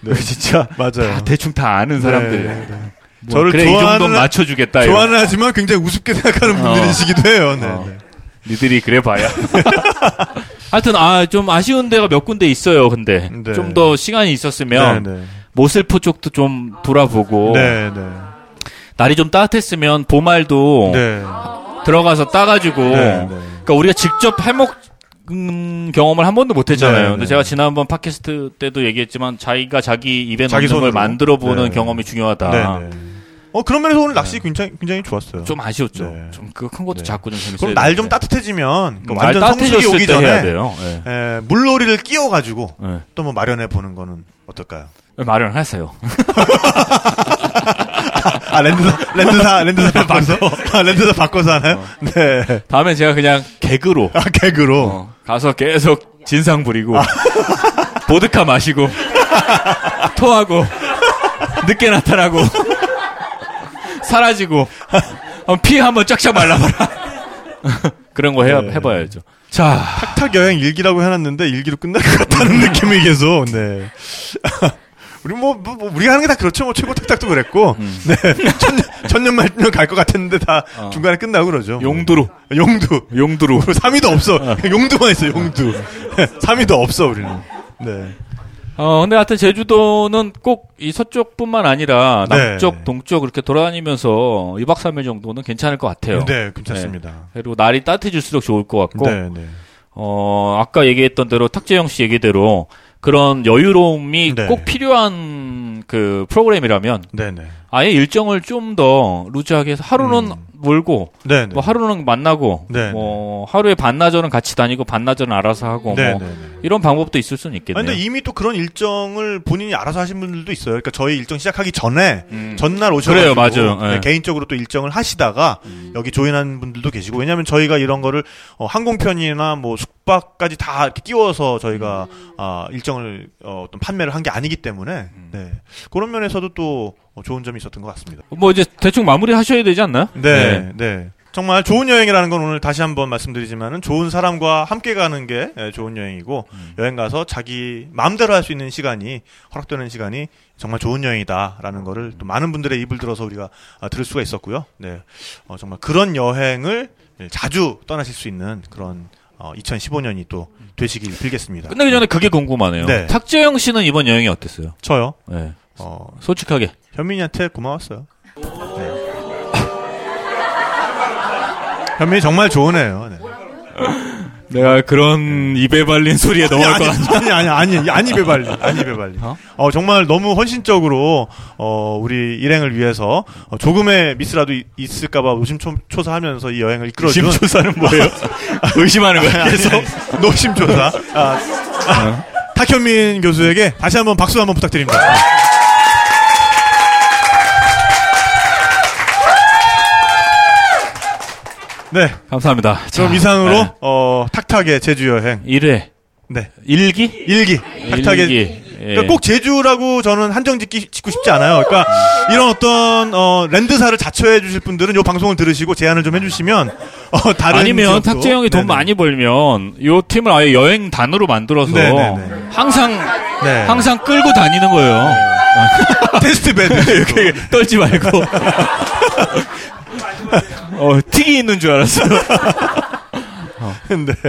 Speaker 6: 네.
Speaker 7: 진짜
Speaker 6: 맞아요.
Speaker 7: 다 대충 다 아는 사람들.
Speaker 6: 네, 네.
Speaker 7: 뭐, 그래, 이 정도는 맞춰주겠다. 이런.
Speaker 6: 좋아는 하지만 굉장히 우습게 생각하는
Speaker 7: 어.
Speaker 6: 분들이시기도 해요. 네.
Speaker 7: 어. 니들이 그래 봐야. 하여튼 아 좀 아쉬운 데가 몇 군데 있어요. 근데
Speaker 6: 네.
Speaker 7: 좀 더 시간이 있었으면
Speaker 6: 네, 네.
Speaker 7: 모슬포 쪽도 좀 돌아보고
Speaker 6: 네, 네.
Speaker 7: 날이 좀 따뜻했으면 보말도 들어가서 따가지고
Speaker 6: 네, 네.
Speaker 7: 그러니까 우리가 직접 해먹 음, 경험을 한 번도 못 했잖아요.
Speaker 6: 네,
Speaker 7: 근데
Speaker 6: 네.
Speaker 7: 제가 지난번 팟캐스트 때도 얘기했지만 자기가 자기 입에
Speaker 6: 자기
Speaker 7: 넣는 걸
Speaker 6: 손으로.
Speaker 7: 만들어 보는
Speaker 6: 네.
Speaker 7: 경험이 중요하다. 네.
Speaker 6: 네, 어 그런 면에서 오늘 낚시 굉장히 굉장히 좋았어요. 네.
Speaker 7: 좀 아쉬웠죠. 좀 그 큰 것도 작고 좀 재밌어요.
Speaker 6: 그럼 날 좀 따뜻해지면 그
Speaker 7: 음,
Speaker 6: 완전
Speaker 7: 날
Speaker 6: 성수기
Speaker 7: 따뜻해졌을
Speaker 6: 오기
Speaker 7: 때
Speaker 6: 전에
Speaker 7: 해야 돼요.
Speaker 6: 예, 물놀이를 끼워가지고
Speaker 7: 네.
Speaker 6: 또 뭐 마련해 보는 거는 어떨까요?
Speaker 7: 마련하세요.
Speaker 6: 아 랜드사 랜드사 랜드사
Speaker 7: 네,
Speaker 6: 바꿔서 아, 랜드사 바꿔서 하나요?
Speaker 7: 어.
Speaker 6: 네.
Speaker 7: 다음에 제가 그냥 개그로. 어,
Speaker 6: 아, 개그로. 아.
Speaker 7: 가서 계속 진상 부리고, 보드카 마시고, 토하고, 늦게 나타나고, 사라지고, 어, 피 한번 쫙쫙 말라봐라. 그런 거 해,
Speaker 6: 네.
Speaker 7: 해봐야죠. 자
Speaker 6: 탁탁 여행 일기라고 해놨는데 일기로 끝날 것 같다는 느낌이 계속 네. 우리 뭐, 뭐, 뭐 우리가 하는 게 다 그렇죠. 뭐 최고 탁탁도 그랬고
Speaker 7: 음.
Speaker 6: 네 천년 천년 말년 갈 것 같았는데 다 중간에 끝나고 그러죠.
Speaker 7: 어. 용두로
Speaker 6: 용두
Speaker 7: 용두로
Speaker 6: 삼위도 없어 용두만 있어 용두 삼위도 없어 우리는 네.
Speaker 7: 어, 근데 하여튼 제주도는 꼭 이 서쪽뿐만 아니라
Speaker 6: 네.
Speaker 7: 남쪽, 동쪽 이렇게 돌아다니면서 2박 3일 정도는 괜찮을 것 같아요.
Speaker 6: 네, 괜찮습니다.
Speaker 7: 그리고 날이 따뜻해질수록 좋을 것 같고,
Speaker 6: 네, 네.
Speaker 7: 어, 아까 얘기했던 대로 탁재영 씨 얘기대로 그런 여유로움이 꼭 필요한 그 프로그램이라면
Speaker 6: 네. 네네. 음.
Speaker 7: 아예 일정을 좀 더 루즈하게 해서 하루는 놀고
Speaker 6: 네,
Speaker 7: 뭐 하루는 만나고 뭐 하루에 반나절은 같이 다니고 반나절은 알아서 하고
Speaker 6: 네,
Speaker 7: 뭐
Speaker 6: 네,
Speaker 7: 이런 방법도 있을 수는 있겠네요.
Speaker 6: 아니, 근데 이미 또 그런 일정을 본인이 알아서 하신 분들도 있어요. 그러니까 저희 일정 시작하기 전에 전날 오셔가지고
Speaker 7: 음. 그래요, 맞아요. 음.
Speaker 6: 네,
Speaker 7: 예.
Speaker 6: 개인적으로 또 일정을 하시다가 여기 조인한 분들도 계시고 왜냐하면 저희가 이런 거를 어, 항공편이나 뭐 숙박까지 다 이렇게 끼워서 저희가 아, 일정을 어, 어떤 판매를 한 게 아니기 때문에
Speaker 7: 음.
Speaker 6: 네. 그런 면에서도 또 어, 좋은 점이 있었던 것 같습니다.
Speaker 7: 뭐 이제 대충 마무리 하셔야 되지 않나요?
Speaker 6: 네, 네. 정말 좋은 여행이라는 건 오늘 다시 한번 말씀드리지만은 좋은 사람과 함께 가는 게 예, 좋은 여행이고
Speaker 7: 음.
Speaker 6: 여행 가서 자기 마음대로 할 수 있는 시간이 허락되는 시간이 정말 좋은 여행이다라는 거를 또 많은 분들의 입을 들어서 우리가 아, 들을 수가 있었고요. 네. 어, 정말 그런 여행을 예, 자주 떠나실 수 있는 그런 어, 2015년이 또 되시길 빌겠습니다.
Speaker 7: 끝나기 전에 그게 궁금하네요.
Speaker 6: 네.
Speaker 7: 탁재영 씨는 이번 여행이 어땠어요?
Speaker 6: 저요?
Speaker 7: 네.
Speaker 6: 어,
Speaker 7: 솔직하게.
Speaker 6: 현민이한테 고마웠어요. 네. 현민이 정말 좋은 애예요. 네.
Speaker 7: 내가 그런 입에 발린 소리에 넘어갈 거 아니야.
Speaker 6: 아니 아니 아니 아니, 아니 배발리 아니 배발리 어? 정말 너무 헌신적으로 어 우리 일행을 위해서 어, 조금의 미스라도 이- 있을까봐 의심초사하면서 이 여행을 이끌어준
Speaker 7: 의심초사는 뭐예요? 의심하는 거예요, 어.
Speaker 6: 아니, 아니,
Speaker 7: 계속?
Speaker 6: 아니. 노심초사 아, 아, 탁현민 교수에게 다시 한번 박수 한번 부탁드립니다 네
Speaker 7: 감사합니다.
Speaker 6: 그럼
Speaker 7: 자,
Speaker 6: 이상으로
Speaker 7: 네.
Speaker 6: 어 탁탁의 제주 여행
Speaker 7: 1회
Speaker 6: 네
Speaker 7: 일기
Speaker 6: 일기 탁탁의
Speaker 7: 일기. 예.
Speaker 6: 그러니까 꼭 제주라고 저는 한정 짓기 짓고 싶지 않아요. 그러니까 이런 어떤 어, 랜드사를 자처해 주실 분들은 요 방송을 들으시고 제안을 좀 해주시면 어, 다른
Speaker 7: 아니면
Speaker 6: 지역도-
Speaker 7: 탁재 형이 돈
Speaker 6: 네네.
Speaker 7: 많이 벌면 요 팀을 아예 여행 단으로 만들어서
Speaker 6: 네네네.
Speaker 7: 항상
Speaker 6: 네.
Speaker 7: 항상 끌고 다니는 거예요.
Speaker 6: 테스트 배드
Speaker 7: 이렇게 떨지 말고 어, 틱이 있는 줄 알았어요.
Speaker 6: 근데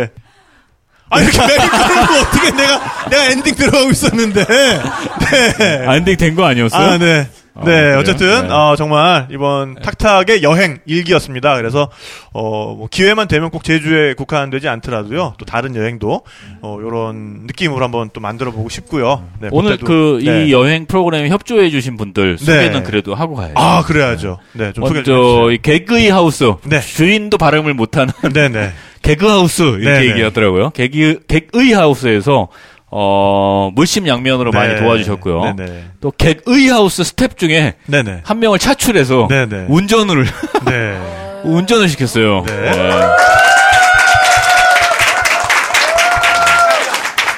Speaker 6: 아 이렇게 매일 그런 거 어떻게 내가 내가 엔딩 들어가고 있었는데 네.
Speaker 7: 아, 엔딩 된 거 아니었어요?
Speaker 6: 아, 네.
Speaker 7: 아,
Speaker 6: 네,
Speaker 7: 그래요?
Speaker 6: 어쨌든,
Speaker 7: 네.
Speaker 6: 어, 정말, 이번 탁탁의 여행 일기였습니다. 그래서, 어, 뭐 기회만 되면 꼭 제주에 국한되지 않더라도요, 또 다른 여행도, 어, 요런 느낌으로 한번 또 만들어 보고 싶고요. 네,
Speaker 7: 오늘
Speaker 6: 그때도-
Speaker 7: 그 이
Speaker 6: 네.
Speaker 7: 여행 프로그램에 협조해 주신 분들 소개는
Speaker 6: 네.
Speaker 7: 그래도 하고 가야죠.
Speaker 6: 아, 그래야죠. 네, 좀 소개를 네. 좀
Speaker 7: 먼저 이 개그의 하우스 주인도 발음을 못하는 개그 하우스 이렇게
Speaker 6: 네, 네.
Speaker 7: 얘기하더라고요. 개그 개의 하우스에서 어 물심양면으로
Speaker 6: 네.
Speaker 7: 많이 도와주셨고요.
Speaker 6: 네, 네.
Speaker 7: 또 개의 하우스 스탭 중에
Speaker 6: 네네.
Speaker 7: 한 명을 차출해서 운전을 운전을 시켰어요. 네.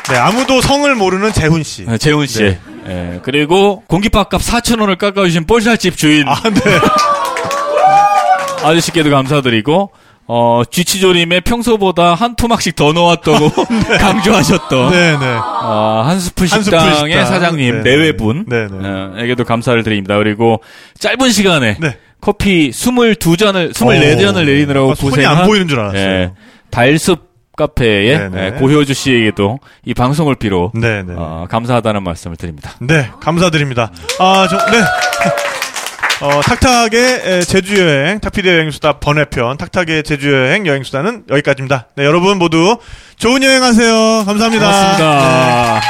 Speaker 6: 네, 아무도 성을 모르는 재훈 씨.
Speaker 7: 네, 재훈 씨.
Speaker 6: 네.
Speaker 7: 예, 그리고 공기밥값 4,000원을 깎아주신 볼살집 주인. 아,
Speaker 6: 네.
Speaker 7: 저씨께도 감사드리고, 어, 쥐치조림에 평소보다 한 토막씩 더 넣었다고
Speaker 6: 네.
Speaker 7: 강조하셨던. 어,
Speaker 6: 한스푼
Speaker 7: 한스푼 식당의
Speaker 6: 식당.
Speaker 7: 사장님,
Speaker 6: 네,
Speaker 7: 내외분. 어, 에게도 감사를 드립니다. 그리고 짧은 시간에. 커피 22잔을, 24잔을 내리느라고
Speaker 6: 네. 아, 손이
Speaker 7: 고생한.
Speaker 6: 안 보이는 줄 알았어요.
Speaker 7: 예, 달습 카페의
Speaker 6: 네네.
Speaker 7: 예, 고효주 씨에게도 이 방송을 비로 어, 감사하다는 말씀을 드립니다.
Speaker 6: 네, 감사드립니다. 아, 저, 네. 어, 탁탁의 에, 제주 여행, 탁피디 여행수다 번외편, 탁탁의 제주 여행 여행수다는 여기까지입니다. 네, 여러분 모두 좋은 여행하세요. 감사합니다. 네.
Speaker 7: 고맙습니다.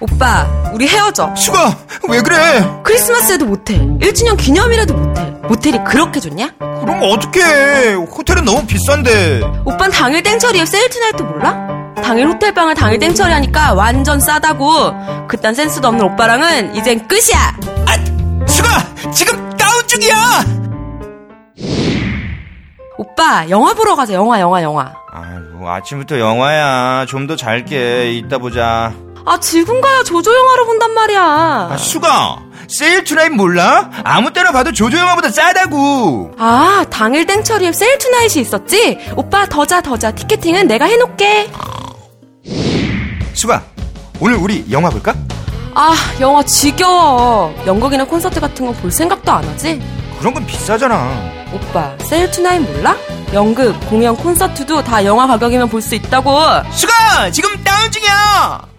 Speaker 2: 오빠, 우리 헤어져.
Speaker 3: 슈가, 왜 그래?
Speaker 2: 크리스마스에도 모텔, 1주년 기념이라도 모텔. 모텔이 그렇게 좋냐?
Speaker 3: 그럼 어떡해. 호텔은 너무 비싼데.
Speaker 2: 오빤 당일 땡처리에 세일트나잇도 몰라? 당일 호텔방을 당일 땡처리 하니까 완전 싸다고. 그딴 센스도 없는 오빠랑은 이젠 끝이야. 아,
Speaker 3: 슈가, 지금 다운 중이야.
Speaker 2: 오빠, 영화 보러 가자. 영화, 영화, 영화.
Speaker 3: 어,
Speaker 18: 아이고, 아침부터 영화야. 좀 더 잘게. 이따 보자.
Speaker 2: 아, 지금 가야 조조 영화를 본단 말이야.
Speaker 18: 아, 수가! 세일 투나잇 몰라? 아무 때나 봐도 조조 영화보다 싸다고!
Speaker 2: 아, 당일 땡처리에 세일트나잇이 있었지? 오빠, 더자, 더자. 티켓팅은 내가 해놓게.
Speaker 18: 수가! 오늘 우리 영화 볼까?
Speaker 2: 아, 영화 지겨워. 연극이나 콘서트 같은 거 볼 생각도 안 하지?
Speaker 18: 그런 건 비싸잖아.
Speaker 2: 오빠, 세일투나잇 몰라? 연극, 공연, 콘서트도 다 영화 가격이면 볼 수 있다고.
Speaker 18: 수가! 지금 다운 중이야!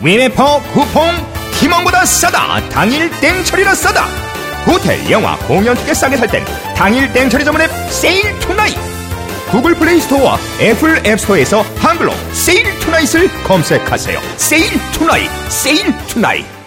Speaker 3: 위메퍼 쿠폰 팀원보다 싸다 당일 땡처리라 싸다 호텔 영화 공연 티켓 싸게 살 땐 당일 땡처리 전문앱 세일 투나잇 구글 플레이 스토어와 애플 앱스토어에서 한글로 세일 투나잇을 검색하세요 세일 투나잇 세일 투나잇